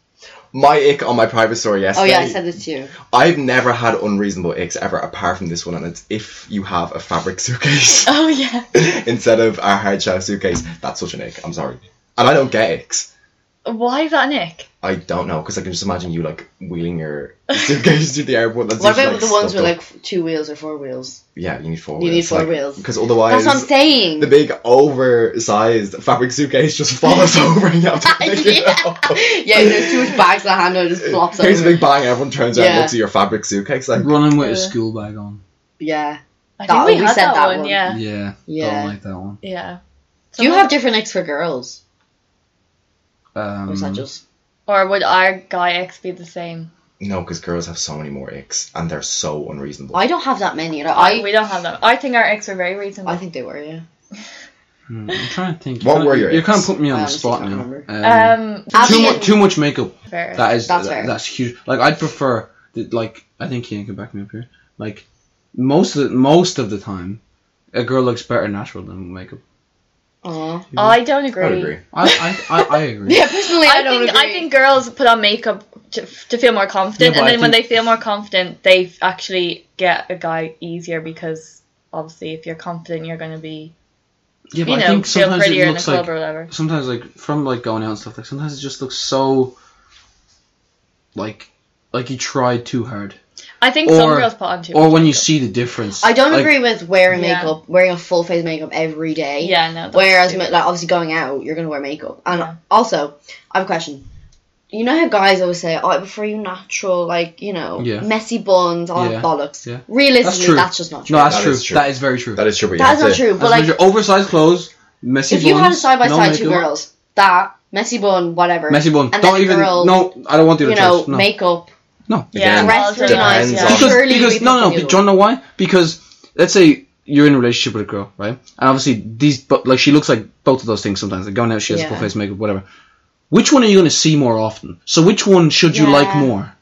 My ick on my private story Oh yesterday. yeah, I said this to you. I've never had unreasonable icks ever, apart from this one, and it's if you have a fabric suitcase Oh yeah. instead of a hard shell suitcase. That's such an ick. I'm sorry, and I don't get icks. Why is that Nick? I don't know because I can just imagine you like wheeling your suitcase through the airport. That's What just, about like, the ones stuffed with up. like f- two wheels or four wheels? yeah, you need four. You wheels. need four wheels. because That's otherwise what I'm saying. the big oversized fabric suitcase just falls over and you have to pick it up. yeah, there's too much bags in hand and it just flops over. Here's a big bang. Everyone turns around, Yeah. and looks at your fabric suitcase like. Running with a school bag on. Yeah. I That- think we said that one. Yeah. yeah. Yeah. Yeah. Don't like that one. Do you have different X for girls? Um, Or is that just or would our guy X be the same? No, because girls have so many more icks, and they're so unreasonable. I don't have that many. Like, we I don't have that. I think our X were very reasonable. I think they were, yeah. hmm, I'm trying to think. What Kinda- were your You're kind of ex? putting me on I Uh, the honestly spot can't now. remember. um, too Abby much, and, too much makeup. fair. That is That's that's, fair. that's huge. Like I'd prefer that, like I think you can back me up here. Like most of the, most of the time, a girl looks better natural than with makeup. Aw. I don't agree. I would agree. I I, I, I agree. Yeah, personally, I, I, don't think agree. I think girls put on makeup to, to feel more confident, Yeah, but and I then when they think- feel more confident, they actually get a guy easier because obviously, if you're confident, you're going to be Yeah, but you I know think feel sometimes prettier it in a looks club like or whatever. sometimes like from like going out and stuff like sometimes it just looks so like like you tried too hard. I think some Or girls put on too or much when you makeup. see the difference. I don't like, agree with wearing Yeah. makeup, wearing a full face makeup every day. Yeah, no. that's Whereas, ma- stupid. like, obviously, going out, you're gonna wear makeup. And Yeah. also, I have a question. You know how guys always say, "Oh, I prefer you natural, like you know, Yeah. messy buns, all Yeah, that bollocks." yeah. That's Realistically, true. that's, just not true. No, that's That true. is true. That is very true. That is true. But you That's have not to- true. As oh, But like, much- oversized clothes, messy if you had a buns, side by no side two makeup. girls, that messy bun, whatever, Messy bun. and Don't then a even. girl, no, I don't want the you other know, choice. No. makeup, no. yeah, Again, I'll do Dress really nice, that, depends yeah. on- Because, Surely we because pick no, no, the but other do you know why? Because let's say you're in a relationship with a girl, right? And obviously these, but like she looks like both of those things sometimes. Like going out, she has Yeah. a full face makeup, whatever. Which one are you going to see more often? So which one should you like Yeah. more?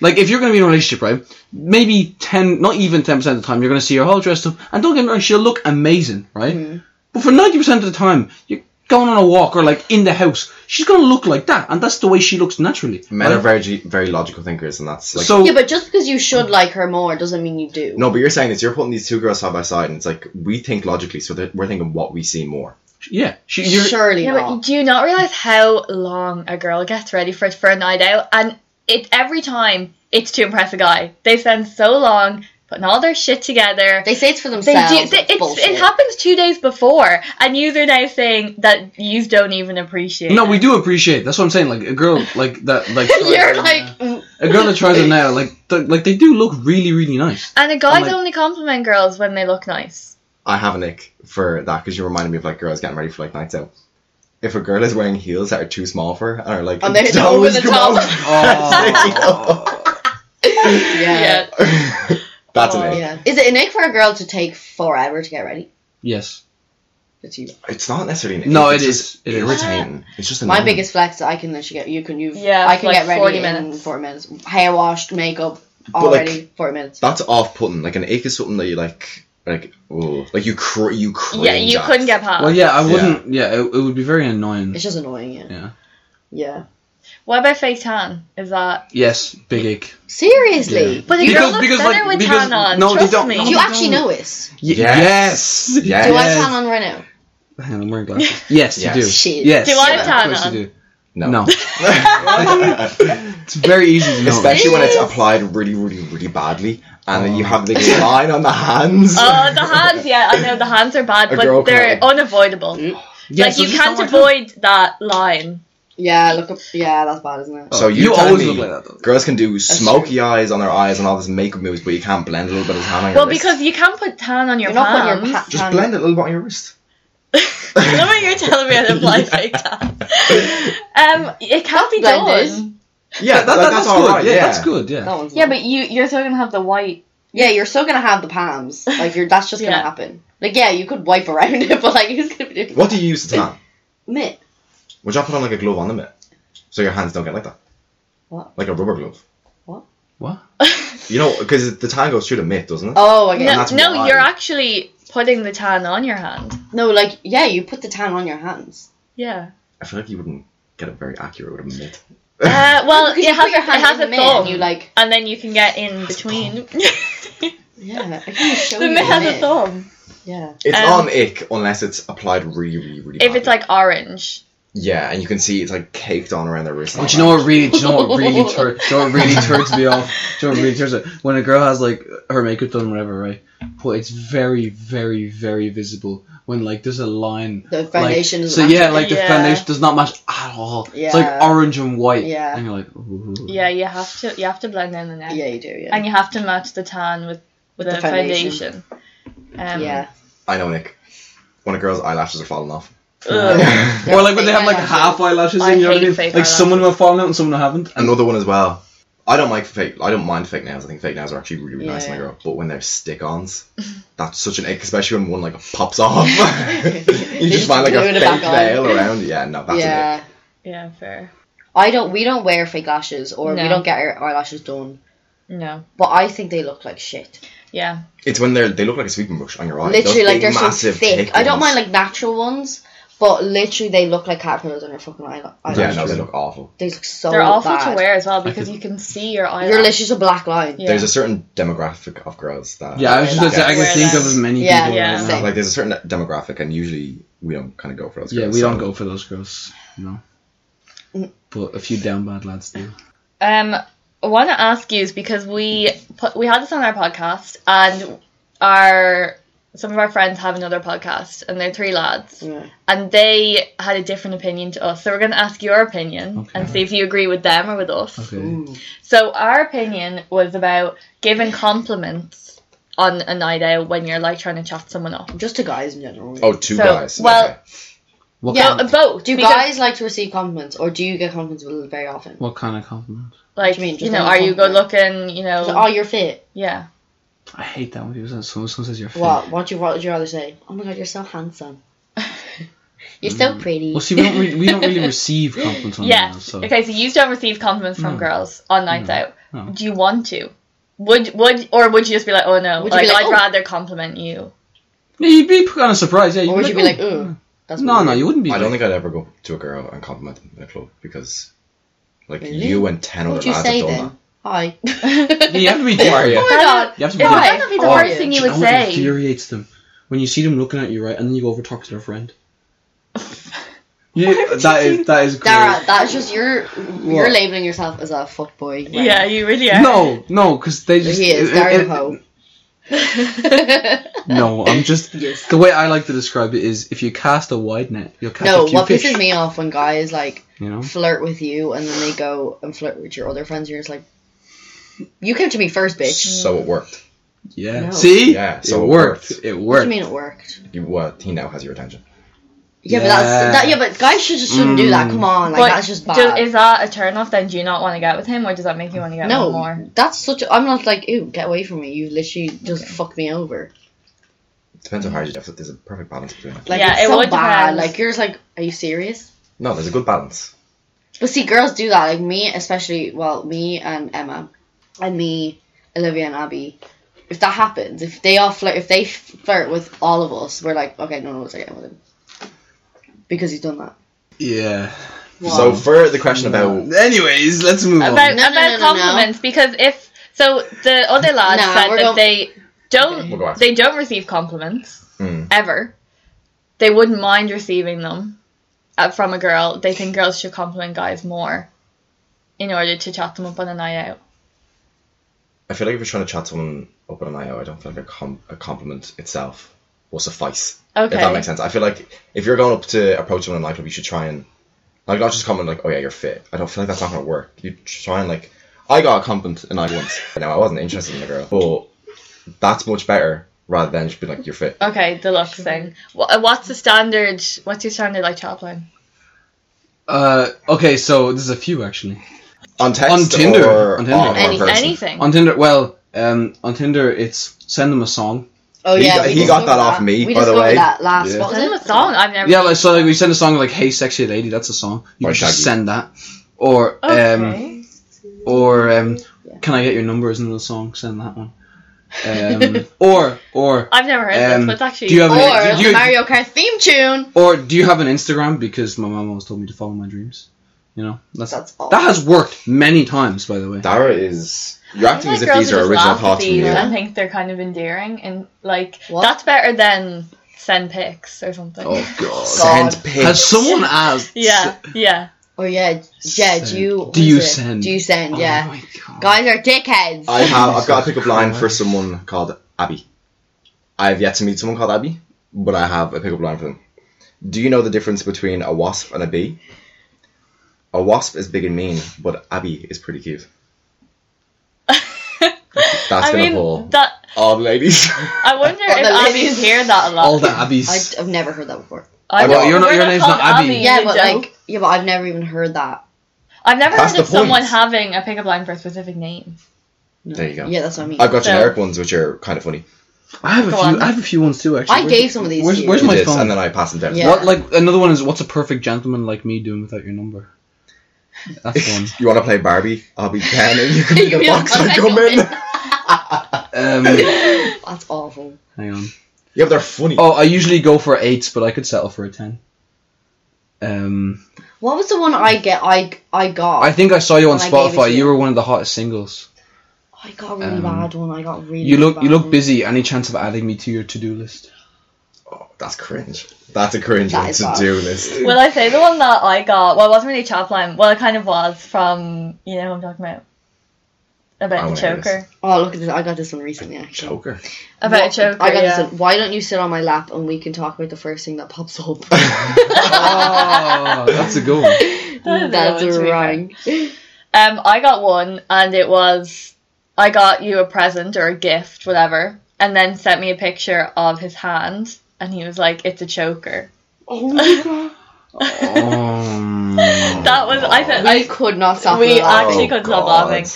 Like if you're going to be in a relationship, right? Maybe ten, not even ten percent of the time, you're going to see her all dressed up, and don't get me wrong, she'll look amazing, right? Mm-hmm. But for ninety percent of the time, you're going on a walk or like in the house, she's going to look like that, and that's the way she looks naturally. Men right? are very very logical thinkers, and that's like so yeah. But just because you should like her more doesn't mean you do. No, but you're saying this. You're putting these two girls side by side, and it's like we think logically, so that we're thinking what we see more. yeah, she, you're, surely Yeah, not. but do you not realize how long a girl gets ready for for a night out? And it every time it's to impress a guy. They spend so long putting all their shit together. They say it's for They themselves. do. They, it's, it's, bullshit. it happens two days before, and you are now saying that you don't even appreciate. No, it. we do appreciate. That's what I'm saying. Like a girl like that, like You're like, mm, a girl that tries it now, like th- like they do look really really nice. And the guys like- only compliment girls when they look nice. I have an ick for that because you reminded me of like girls getting ready for like nights out. If a girl is wearing heels that are too small for her and are like And they're "Don't over the come top." Oh. out." yeah. yeah. that's an Oh, ick. Is it an ick for a girl to take forever to get ready? Yes. It's you. It's not necessarily an ick. No, it's it just is. It is. irritating. It's just My Mm-hmm. annoying. biggest flex, I can literally get you can you Yeah, I can like get ready 40 in minutes. forty minutes, hair washed, makeup like, already forty minutes. That's off putting. Like an ick is something that you like, like, oh, like you cr- you cringe Yeah, you at. couldn't get past. Well, yeah, I wouldn't. Yeah, it, it would be very annoying. It's just annoying, yeah. Yeah. Yeah. What about fake tan? Is that? Yes, big ick. Seriously. Yeah. But a Because- girl looks because, better like, with because- tan on. no, they Trust don't- me. no, Do you actually notice? Y- Yes. yes. Yes. Do I Yes. tan on right now? Hang on, I'm wearing glasses. Yes, Yes. you do. Shit. Yes. Do I Of tan course on? You do. No. No. it's very easy to know. Especially when it's applied really, really, really badly, and then you Oh. have the big line on the hands. Oh, the hands. Yeah, I know the hands are bad, A but girl they're can- unavoidable. Yeah, like so you just can't don't wear tan. avoid that line. Yeah, look up yeah, that's bad, isn't it? So you, You tell always me, look like that, though. girls can do smoky eyes on their eyes and all this makeup moves, but you can't blend a little bit of tan on your Well, wrist. because you can put tan on your You're not putting palms. your pa- just tan- blend a little bit on your wrist. I love how you're telling me how to apply fake tan. Um, it can't be blended. done. Yeah, That- that- that- that's, all good. right, yeah, that's good. that Yeah. one's Yeah, not. but you you're still gonna have the white. Yeah, you're still gonna have the palms. Like you're that's just Yeah. gonna happen. Like yeah, you could wipe around it, but like who's gonna do What do you use to tan? mitt? Would you put on like a glove on the mitt, so your hands don't get like that? What? Like a rubber glove. What? You know, because the tan goes through the mitt, doesn't it? Oh I get No, that's no, why. you're actually putting the tan on your hand. no, like yeah, you put the tan on your hands. Yeah. I feel like you wouldn't get it very accurate with a mitt. Uh, well, Because it you has, put your hand it has in the a mitt thumb, and you like and then you can get in between. the Yeah, I can show you mitt has the a thumb. Yeah. It's Um, on ick unless it's applied really, really, really. If it's badly. like orange, Yeah, and you can see it's like caked on around their wrist. Oh, do you know what really? Do you know what really? Tur- do you know what really turns me off? Do you know what really turns me? When a girl has like her makeup done, whatever, right? But it's very, very, very visible when like there's a line. The foundation like, So doesn't match yeah, it. like the Yeah. foundation does not match at all. It's like Yeah. orange and white. Yeah. And you're like, ooh. Yeah, you have to you have to blend in the neck. Yeah, you do. Yeah. And you have to match the tan with, With the, the foundation. foundation. Um, yeah. I know, Nick. When a girl's eyelashes are falling off. ugh. Or like when they fake have like eyelashes. half eyelashes I in, you know what I hate mean? fake Like some of them have fallen out and some of them haven't. And Another one as well. I don't like fake. I don't mind fake nails. I think fake nails are actually really, really nice on a Yeah. girl. But when they're stick-ons, that's such an ick, especially when one like pops off. you just just find like glued a it back fake on. nail around. Yeah, no, that's an ick. yeah. yeah, fair. I don't. We don't wear fake lashes, or No. we don't get our eyelashes done. No. But I think they look like shit. Yeah. It's when they're they look like a sweeping brush on your eye. Literally, Those like big, they're so massive, thick. thick I don't ones. mind like natural ones, but literally they look like caterpillars on your fucking eye- Yeah, eyelashes. no, they look awful. They look so They're awful bad. to wear as well because you can see your eyes. You're literally just a black line. Yeah. There's a certain demographic of girls that yeah, I was just gonna say I Wear can think them. of many Yeah, people yeah, right now. same. like there's a certain demographic, and usually we don't kind of go for those. Yeah, girls, we so- don't go for those girls, no. But a few down bad lads do. Um, I want to ask you is because we put, we had this on our podcast, and our some of our friends have another podcast, and they're three lads, and they had a different opinion to us. So we're going to ask your opinion and see if you agree with them or with us. Okay. So our opinion was about giving compliments on a night out when you're like trying to chat someone up. Just to guys in general. Oh, two So, guys. well- okay. What Yeah, kind, Uh, Both. Do because, guys like to receive compliments, or do you get compliments very often? what kind of compliment? like do you mean? you Just know like are you good compliment? looking? You know, Like, oh, you're fit. yeah. I hate that when people say someone someone says you're fit. What? What do you? What would you rather say? Oh my god, you're so handsome. you're so pretty. Well, see, we don't really, we don't really receive compliments on Yes. that, so Okay, so you don't receive compliments from girls on nights out. No. Do you want to? Would would or would you just be like, oh no, Would you like, be like, I'd oh. rather compliment you? yeah, you'd be kind of surprised. Yeah, you'd or would you be like, "Oh." ooh, that's no, weird." no, you wouldn't be. I don't like- think I'd ever go to a girl and compliment them in a club because, like, Really? you and ten What other would you lads say have done then? Hi. Yeah, you have to be that. Who are different. you? Oh my god. You have to be It would Why? different. definitely be the How are worst you? thing you You know would what say. infuriates them when you see them looking at you right, and then you go over talk to their friend. Yeah, that is that is great. Dara, that's just you're What? you're labeling yourself as a fuckboy. Right Yeah, you really are. No, no, because they now. just he is it- Dara it- Ho. No, I'm just Yes. the way I like to describe it is if you cast a wide net, you'll catch No, a few what fish. pisses me off when guys like You know, flirt with you and then they go and flirt with your other friends, you're just like, you came to me first, bitch. So it worked. yeah. No. See, Yeah, so it it worked. worked. It What do worked. you mean it worked? You, well, he now has your attention. Yeah, but that's that, Yeah. Mm. yeah, but guys should just shouldn't do that. Come on, like But that's just bad. do- is that a turn off? Then do you not want to get with him, or does that make you want to get no, with him more? that's such. A, I'm not like, ew, get away from me. You literally just fucked me over. Depends how hard you deficit. There's a perfect balance between them. Like Yeah, it's it so would bad. depend. Like you're just like, are you serious? No, there's a good balance. But see, girls do that. Like me, especially. Well, me and Emma, and me, Olivia and Abby. If that happens, if they all flirt, if they flirt with all of us, we're like, okay, no, no, let's get with him because he's done that. Yeah. Oh. So for the question about Anyways, let's move About No, no, about no, no, no. compliments because if so, the other lads Nah, said we're that going- they don't We'll go after. they don't receive compliments Hmm. ever. They wouldn't mind receiving them uh, from a girl. They think girls should compliment guys more in order to chat them up on a night out. I feel like if you're trying to chat someone up on an IO, I don't feel like a, com- a compliment itself will suffice. If Okay. that makes sense. I feel like if you're going up to approach someone in a nightclub, you should try and like not just comment like, "Oh yeah, you're fit." I don't feel like that's not gonna work. You try and like, I got a compliment in night once. Now I wasn't interested in the girl, but that's much better rather than just being like, "You're fit." Okay, the looks thing. Wha- uh, What's the standard? What's your standard like chat line? Uh, okay, so there's a few actually. On text On Tinder, or on Tinder. or Any- person? Anything. On Tinder, well, um, on Tinder it's send them a song. Oh He yeah, got- we he got discovered that off me, We by the discovered way. that last. Yeah. What was Send them it? a song. I've never. Yeah, like so like we send a song like "Hey Sexy Lady," that's a song. You Or can just Shaggy. send that, or um, Oh, Okay. or um, "Can I Get Your Number?" is another song. Send that one. Um, or or I've never heard um, of this, but it's actually. do you have Or an, do the you, Mario Kart theme tune. or do you have an Instagram? Because my mom always told me to follow my dreams. You know, that's, That's all. that has worked many times, by the way. Dara is. You're acting Like as if girls these who are just original laugh at thoughts from these you. and think they're kind of endearing and like What? that's better than send pics or something. Oh god. Send pics. Has someone asked? Yeah, yeah. Or Oh, yeah, yeah. Do Send. you? Do what you is it? send? Do you send? Oh yeah. my god. Guys are dickheads. I have. I've got a pickup line for Christ. someone called Abby. I have yet to meet someone called Abby, but I have a pickup line for them. Do you know the difference between a wasp and a bee? A wasp is big and mean, but Abby is pretty cute. That's I gonna mean, pull that all the ladies. I wonder All if the Abby's ladies. hear that a lot. All the Abbeys. I, have never heard that before. I Well, don't- you're not- we're your name's not called Abby. Yeah, you but joke. like, yeah, but I've never even heard that. I've never That's heard of the point. someone having a pickup line for a specific name. there you go. Yeah, that's what I mean. I've got So- generic ones which are kind of funny. I have a Go few. on. I have a few ones too. Actually, I Where's- gave some of these Where's, to you. where's You my did, phone? And then I pass them down. Yeah. What like another one is what's a perfect gentleman like me doing without your number? That's one. You want to play Barbie? I'll be down and you can be the Yeah, box and okay, come in. Um, That's awful. hang on. Yeah, but they're funny. Oh, I usually go for eights, but I could settle for a ten. Um, What was the one I get? I I got. I think I saw you on Well, I gave it Spotify. to You you. were one of the hottest singles. I got a really um, bad one. I got a really. You look, bad you look one. busy. Any chance of adding me to your to-do list? That's cringe. That's a cringe That one is to bad. do list. Will I say the one that I got? Well, it wasn't really a chap line. Well, it kind of was from you know who I'm talking about I about the wanna hear choker. Oh look at this! I got this one recently actually. Joker. About What- a choker. I got yeah. this one. Why don't you sit on my lap and we can talk about the first thing that pops up? Oh, that's a good one. That That's is a good one, wrong. Um, I got one, and it was I got you a present or a gift, whatever, and then sent me a picture of his hand, and he was like, "It's a choker." Oh my god! Um, That was I said I I, could not stop. we laughing. actually couldn't stop Oh, God. laughing.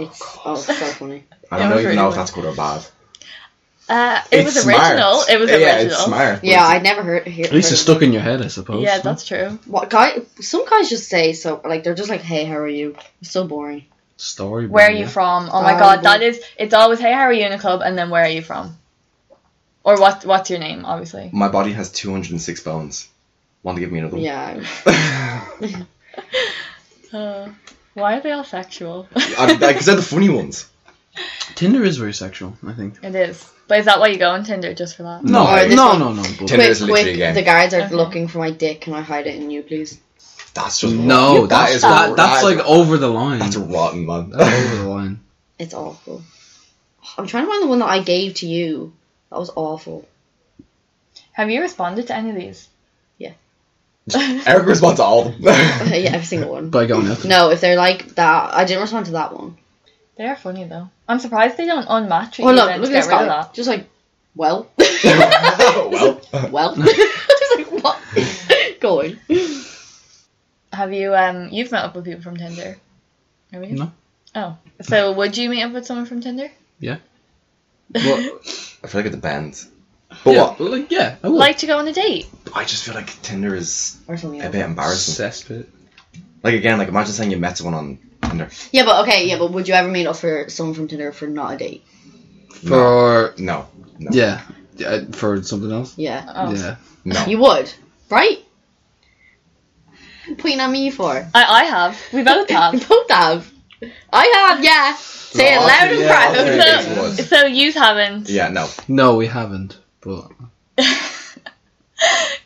It's oh, it's so funny. I Yeah, don't it was even really know if good. that's good or bad. Uh, it was smart. original. It was yeah, original. It's smart. but Yeah, I it's- never heard. hear- at least heard it's stuck in your head, I suppose. Yeah, no? that's true. What guy? Some guys just say so. Like they're just like, "Hey, how are you?" It's so boring. story. Where are behind you it. from? Oh my Um, god, that is it's always hey how are you in a club and then where are you from? Or what what's your name, obviously. My body has 206 bones. Want to give me another one? Yeah. Uh, why are they all sexual? Because they're the funny ones. Tinder is very sexual, I think. it is. But is that why you go on Tinder just for that? No, Alright, no, this no, one. no, no. but- Tinder is Quick, literally a quick! game. The guards are Okay. looking for my dick. Can I hide it in you, please? That's just No, Yeah, that's is that, ro- that's that is- like oh, over the line. that's rotten, man. over the line. It's awful. I'm trying to find the one that I gave to you. That was awful. Have you responded to any of these? Eric responds to all of them. yeah, every single one. By going out. no, if they're like that, I didn't respond to that one. They are funny though. I'm surprised they don't unmatch you Oh look, even look to at this get rid of guy. that. Just like, well, Oh, well, well. Just like what? Going. Have you um you've met up with people from Tinder? Have you? No. Oh. So would you meet up with someone from Tinder? Yeah. Well, I feel like it depends. But yeah, what? well, like, yeah, I would. Like to go on a date? I just feel like Tinder is Or something. a Else. bit embarrassing. cesspit. Like again, like imagine saying you met someone on Tinder. Yeah, but okay, yeah, but would you ever meet up for someone from Tinder for not a date? For No, no, yeah, yeah, for something else. Yeah, Oh. Yeah. no. you would, right? Pointing at me for. I, I have. We both You have. both have. I have, yeah. Say it No, loud and yeah, proud. I'll say it. so, was. so you haven't. yeah, no. No, we haven't. But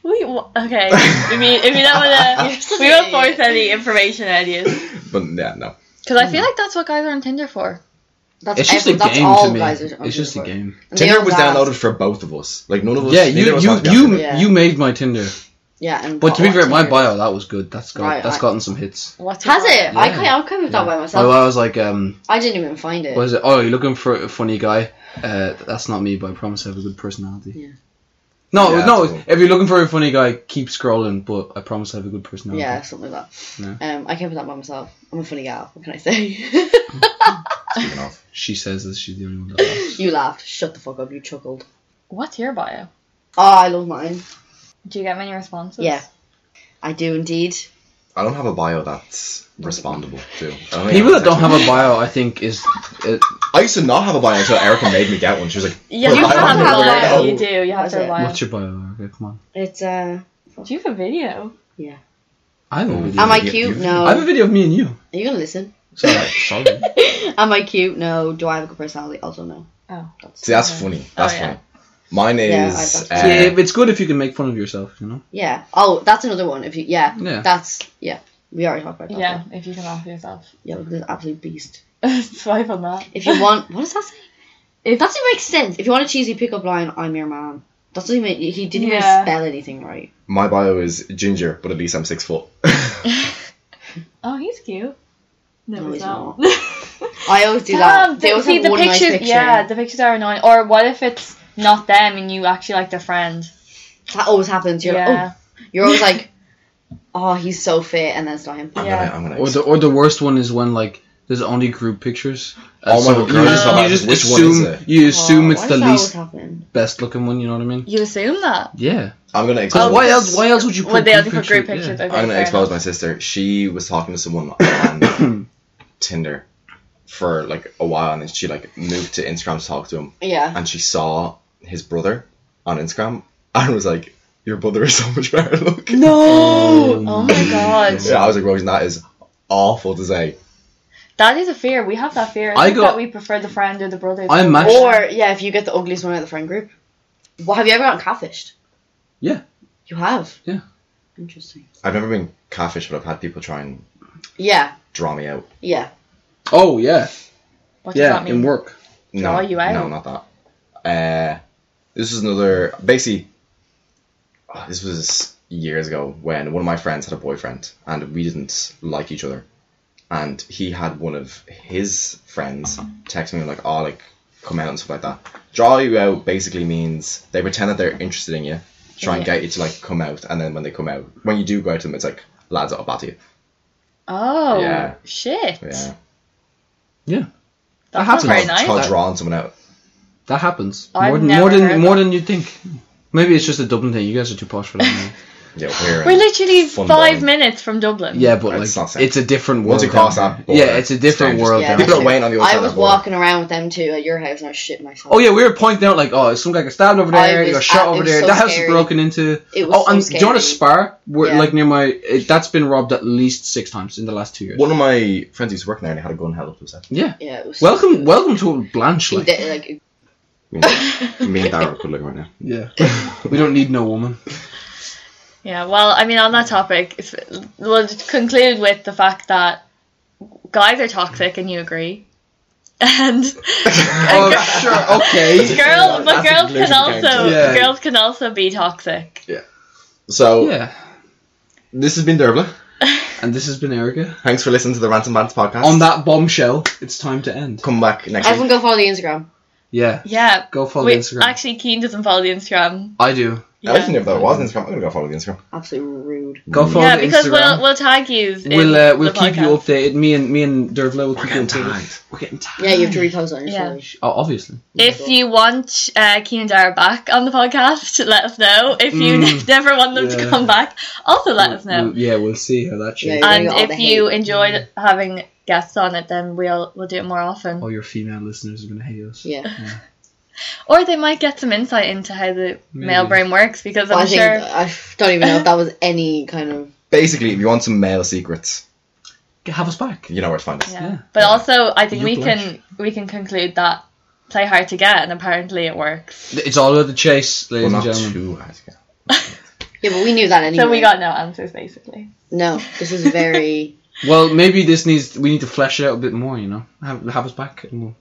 We wa- okay. I mean, if you don't want to, we won't force any information at you. But yeah, no. Because I Mm. feel like that's what guys are on Tinder for. That's, it's just every- a that's game all to me. guys are on It's just a Tinder for. game. And they Tinder all was laugh. downloaded for both of us. Like none of us. Yeah, you neither of us you had to be on you Tinder. Yeah. you made my Tinder. Yeah, and But to be what- fair, my Tinder. bio that was good. That's got Right, that's I- gotten some hits. What's Has it? I Yeah. could, I could have done by Oh, myself. I was like, um, I didn't even find it. what is it? Oh, you're looking for a funny guy. Uh, that's not me, but I promise I have a good personality. Yeah. No, Yeah, no. that's cool. If you're looking for a funny guy, keep scrolling. But I promise I have a good personality. Yeah, something like that. No. Um, I came up with that by myself. I'm a funny gal. What can I say? You know. She says that she's the only one that laughs. you laughed. Shut the fuck up. You chuckled. What's your bio? Oh, I love mine. Do you get many responses? Yeah, I do indeed. I don't have a bio that's respondable to. I don't People that think I don't have a bio, I think, is it, I used to not have a bio until Erica made me get one. She was like, Yeah, "Put you a bio have on a it." I was like, bio. "Oh." You do. You have That's to have it. a bio. what's your bio? Okay, come on. It's uh, Do you have a video? yeah. I have a video. Am I "Oh, you- cute? you- No. I have a Are video of me and you. you gonna listen? Sorry, sorry. Am I cute? No. Do I have a good personality? Also no. Oh. See, that's funny. That's Oh, yeah. funny. Mine Yeah, is I'd uh, have yeah, it's good if you can make fun of yourself, you know. Yeah. Oh, that's another one. If you yeah, Yeah. that's yeah. We already talked about that. Yeah, if you can laugh at yourself. Yeah, but the absolute beast. Swipe on that. If you want, what does that say? If that doesn't make sense. If you want a cheesy pickup line, I'm your man. That doesn't even. He didn't Yeah. even spell anything right. my bio is ginger, but at least I'm six foot. Oh, he's cute. No, No, he's he's not. I always do Damn, that. They the- always Um, see have the one nice pictures. picture. Yeah, the pictures are annoying. Or what if it's not them and you actually like their friend? that always happens. You're yeah. oh, you're always like, oh, he's so fit, and then it's not him. I'm Yeah. gonna, I'm gonna Or the or the worst one is when like there's only group pictures. Oh my you God, I just just, thought you just about which one is assume it? you assume Oh, it's why the does that always least happen? best looking one. You know what I mean? You assume that. Yeah. I'm gonna Because expose. why else? Why else would you put Would they group only put group picture- pictures? yeah. Okay, I'm gonna fair expose enough. my sister. She was talking to someone on Tinder for like a while, and then she like moved to Instagram to talk to him, Yeah. and she saw his brother on Instagram, and was like, "Your brother is so much better looking." No. Oh my god. Yeah, I was like, "Rosie, that is awful to say." That is a fear. We have that fear. I, I think go- that we prefer the friend or the brother. Oh, I match- Or yeah, if you get the ugliest one out of the friend group. Well, have you ever gotten catfished? Yeah. You have. Yeah. Interesting. I've never been catfish, but I've had people try and Yeah. draw me out. Yeah. Oh yeah. What does Yeah. that mean? In work. No, Draw you out? No, not that. Uh, this is another. Basically, oh, this was years ago when one of my friends had a boyfriend and we didn't like each other. And he had one of his friends text me, like, oh, like, come out and stuff like that. Draw you out basically means they pretend that they're interested in you, try and get you to, like, come out. And then when they come out, when you do go out to them, it's like, lads, I'll bat you. Oh Yeah. shit! Yeah. Yeah. That's not happens. very It's nice. called drawing someone out. That happens. I've more than never more heard than more that. than you think. Maybe it's just a Dublin thing. You guys are too posh for that. man. Yeah, we're, We're literally Fun five bowling. minutes from Dublin. Yeah, but It's not like safe. it's a different world. Once you cross down that there. border, yeah, it's a different strangers. world. Yeah, down People there. are waiting on the other I side of was that border. walking around with them too at your house and I shit myself. Oh yeah, we were pointing out like, oh, some guy got stabbed over I there, he was- got shot I- it over was there. so that house scary. was broken into. It was oh, so and do you know scary. the spar? Where, Yeah. Like near my, it, that's been robbed at least six times in the last two years. One of my friends who used to work there and he had a gun held up to his head. yeah. Yeah. It was Welcome, welcome to Blanche. He Like. did, like Me and- me and Dara could look right now. Yeah, we don't need no woman. Yeah, Well, I mean, on that topic, it's, we'll just conclude with the fact that guys are toxic, and you agree. And Oh, sure, okay. girls, but that's a girls can conclusion, also thanks. Yeah. girls can also be toxic. So Yeah, this has been Derbla. and this has been Erica. Thanks for listening to the Ransom Bands podcast. On that bombshell, it's time to end. come back next everyone week. go follow the Instagram. Yeah, Yeah. Go follow Wait, the Instagram. Actually, Keen doesn't follow the Instagram. I do. I didn't know if that was Instagram. I'm gonna go follow the Instagram. Absolutely rude. Go follow Yeah, the because Instagram. we'll we'll tag you. we'll uh, we'll keep you updated. Me and me and Dervla will keep you getting updated. tagged. We're getting tagged. Yeah, you have to repost on your Yeah. story. Oh, obviously. If you want uh, Keen and Dara back on the podcast, let us know. If you never want them to Mm. yeah. come back, also let us know. We'll- yeah, we'll see how that changes. Yeah. And All the if you hate. enjoyed having guests on it, then we'll we'll do it more often. All your female listeners are gonna hate us. Yeah. Or they might get some insight into how the male Maybe. brain works because Well, I'm I think sure. I don't even know if that was any kind of Basically, if you want some male secrets, G- Have us back. you know where to find us. Yeah. But also, I think You we blush. can we can conclude that play hard to get, and apparently it works. It's all about the chase, We're ladies not and gentlemen. too hard to get. Yeah, but we knew that anyway. So we got no answers basically. no. This is very Well, maybe this needs we need to flesh it out a bit more. You know, have, have us back. And we'll,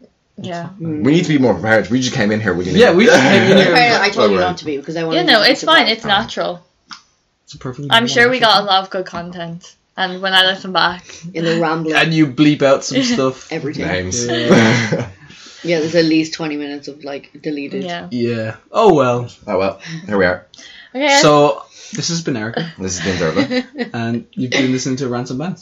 Yeah. Mm. We need to be more prepared. We just came in here. We can yeah, we just came in here. Fair enough, I and- told you Alright. not to be because I wanted. You know, to it's fine. It's natural. It's a perfectly I'm normal sure we got a episode. lot of good content. And when I listen back, in the rambling And you bleep out some stuff. everything. names. Yeah, there's at least twenty minutes of like deleted. yeah. yeah. Oh well. oh well, here we are. Okay. So this has been Erica, This has been Derbla. and you've been listening to Ransom Bands.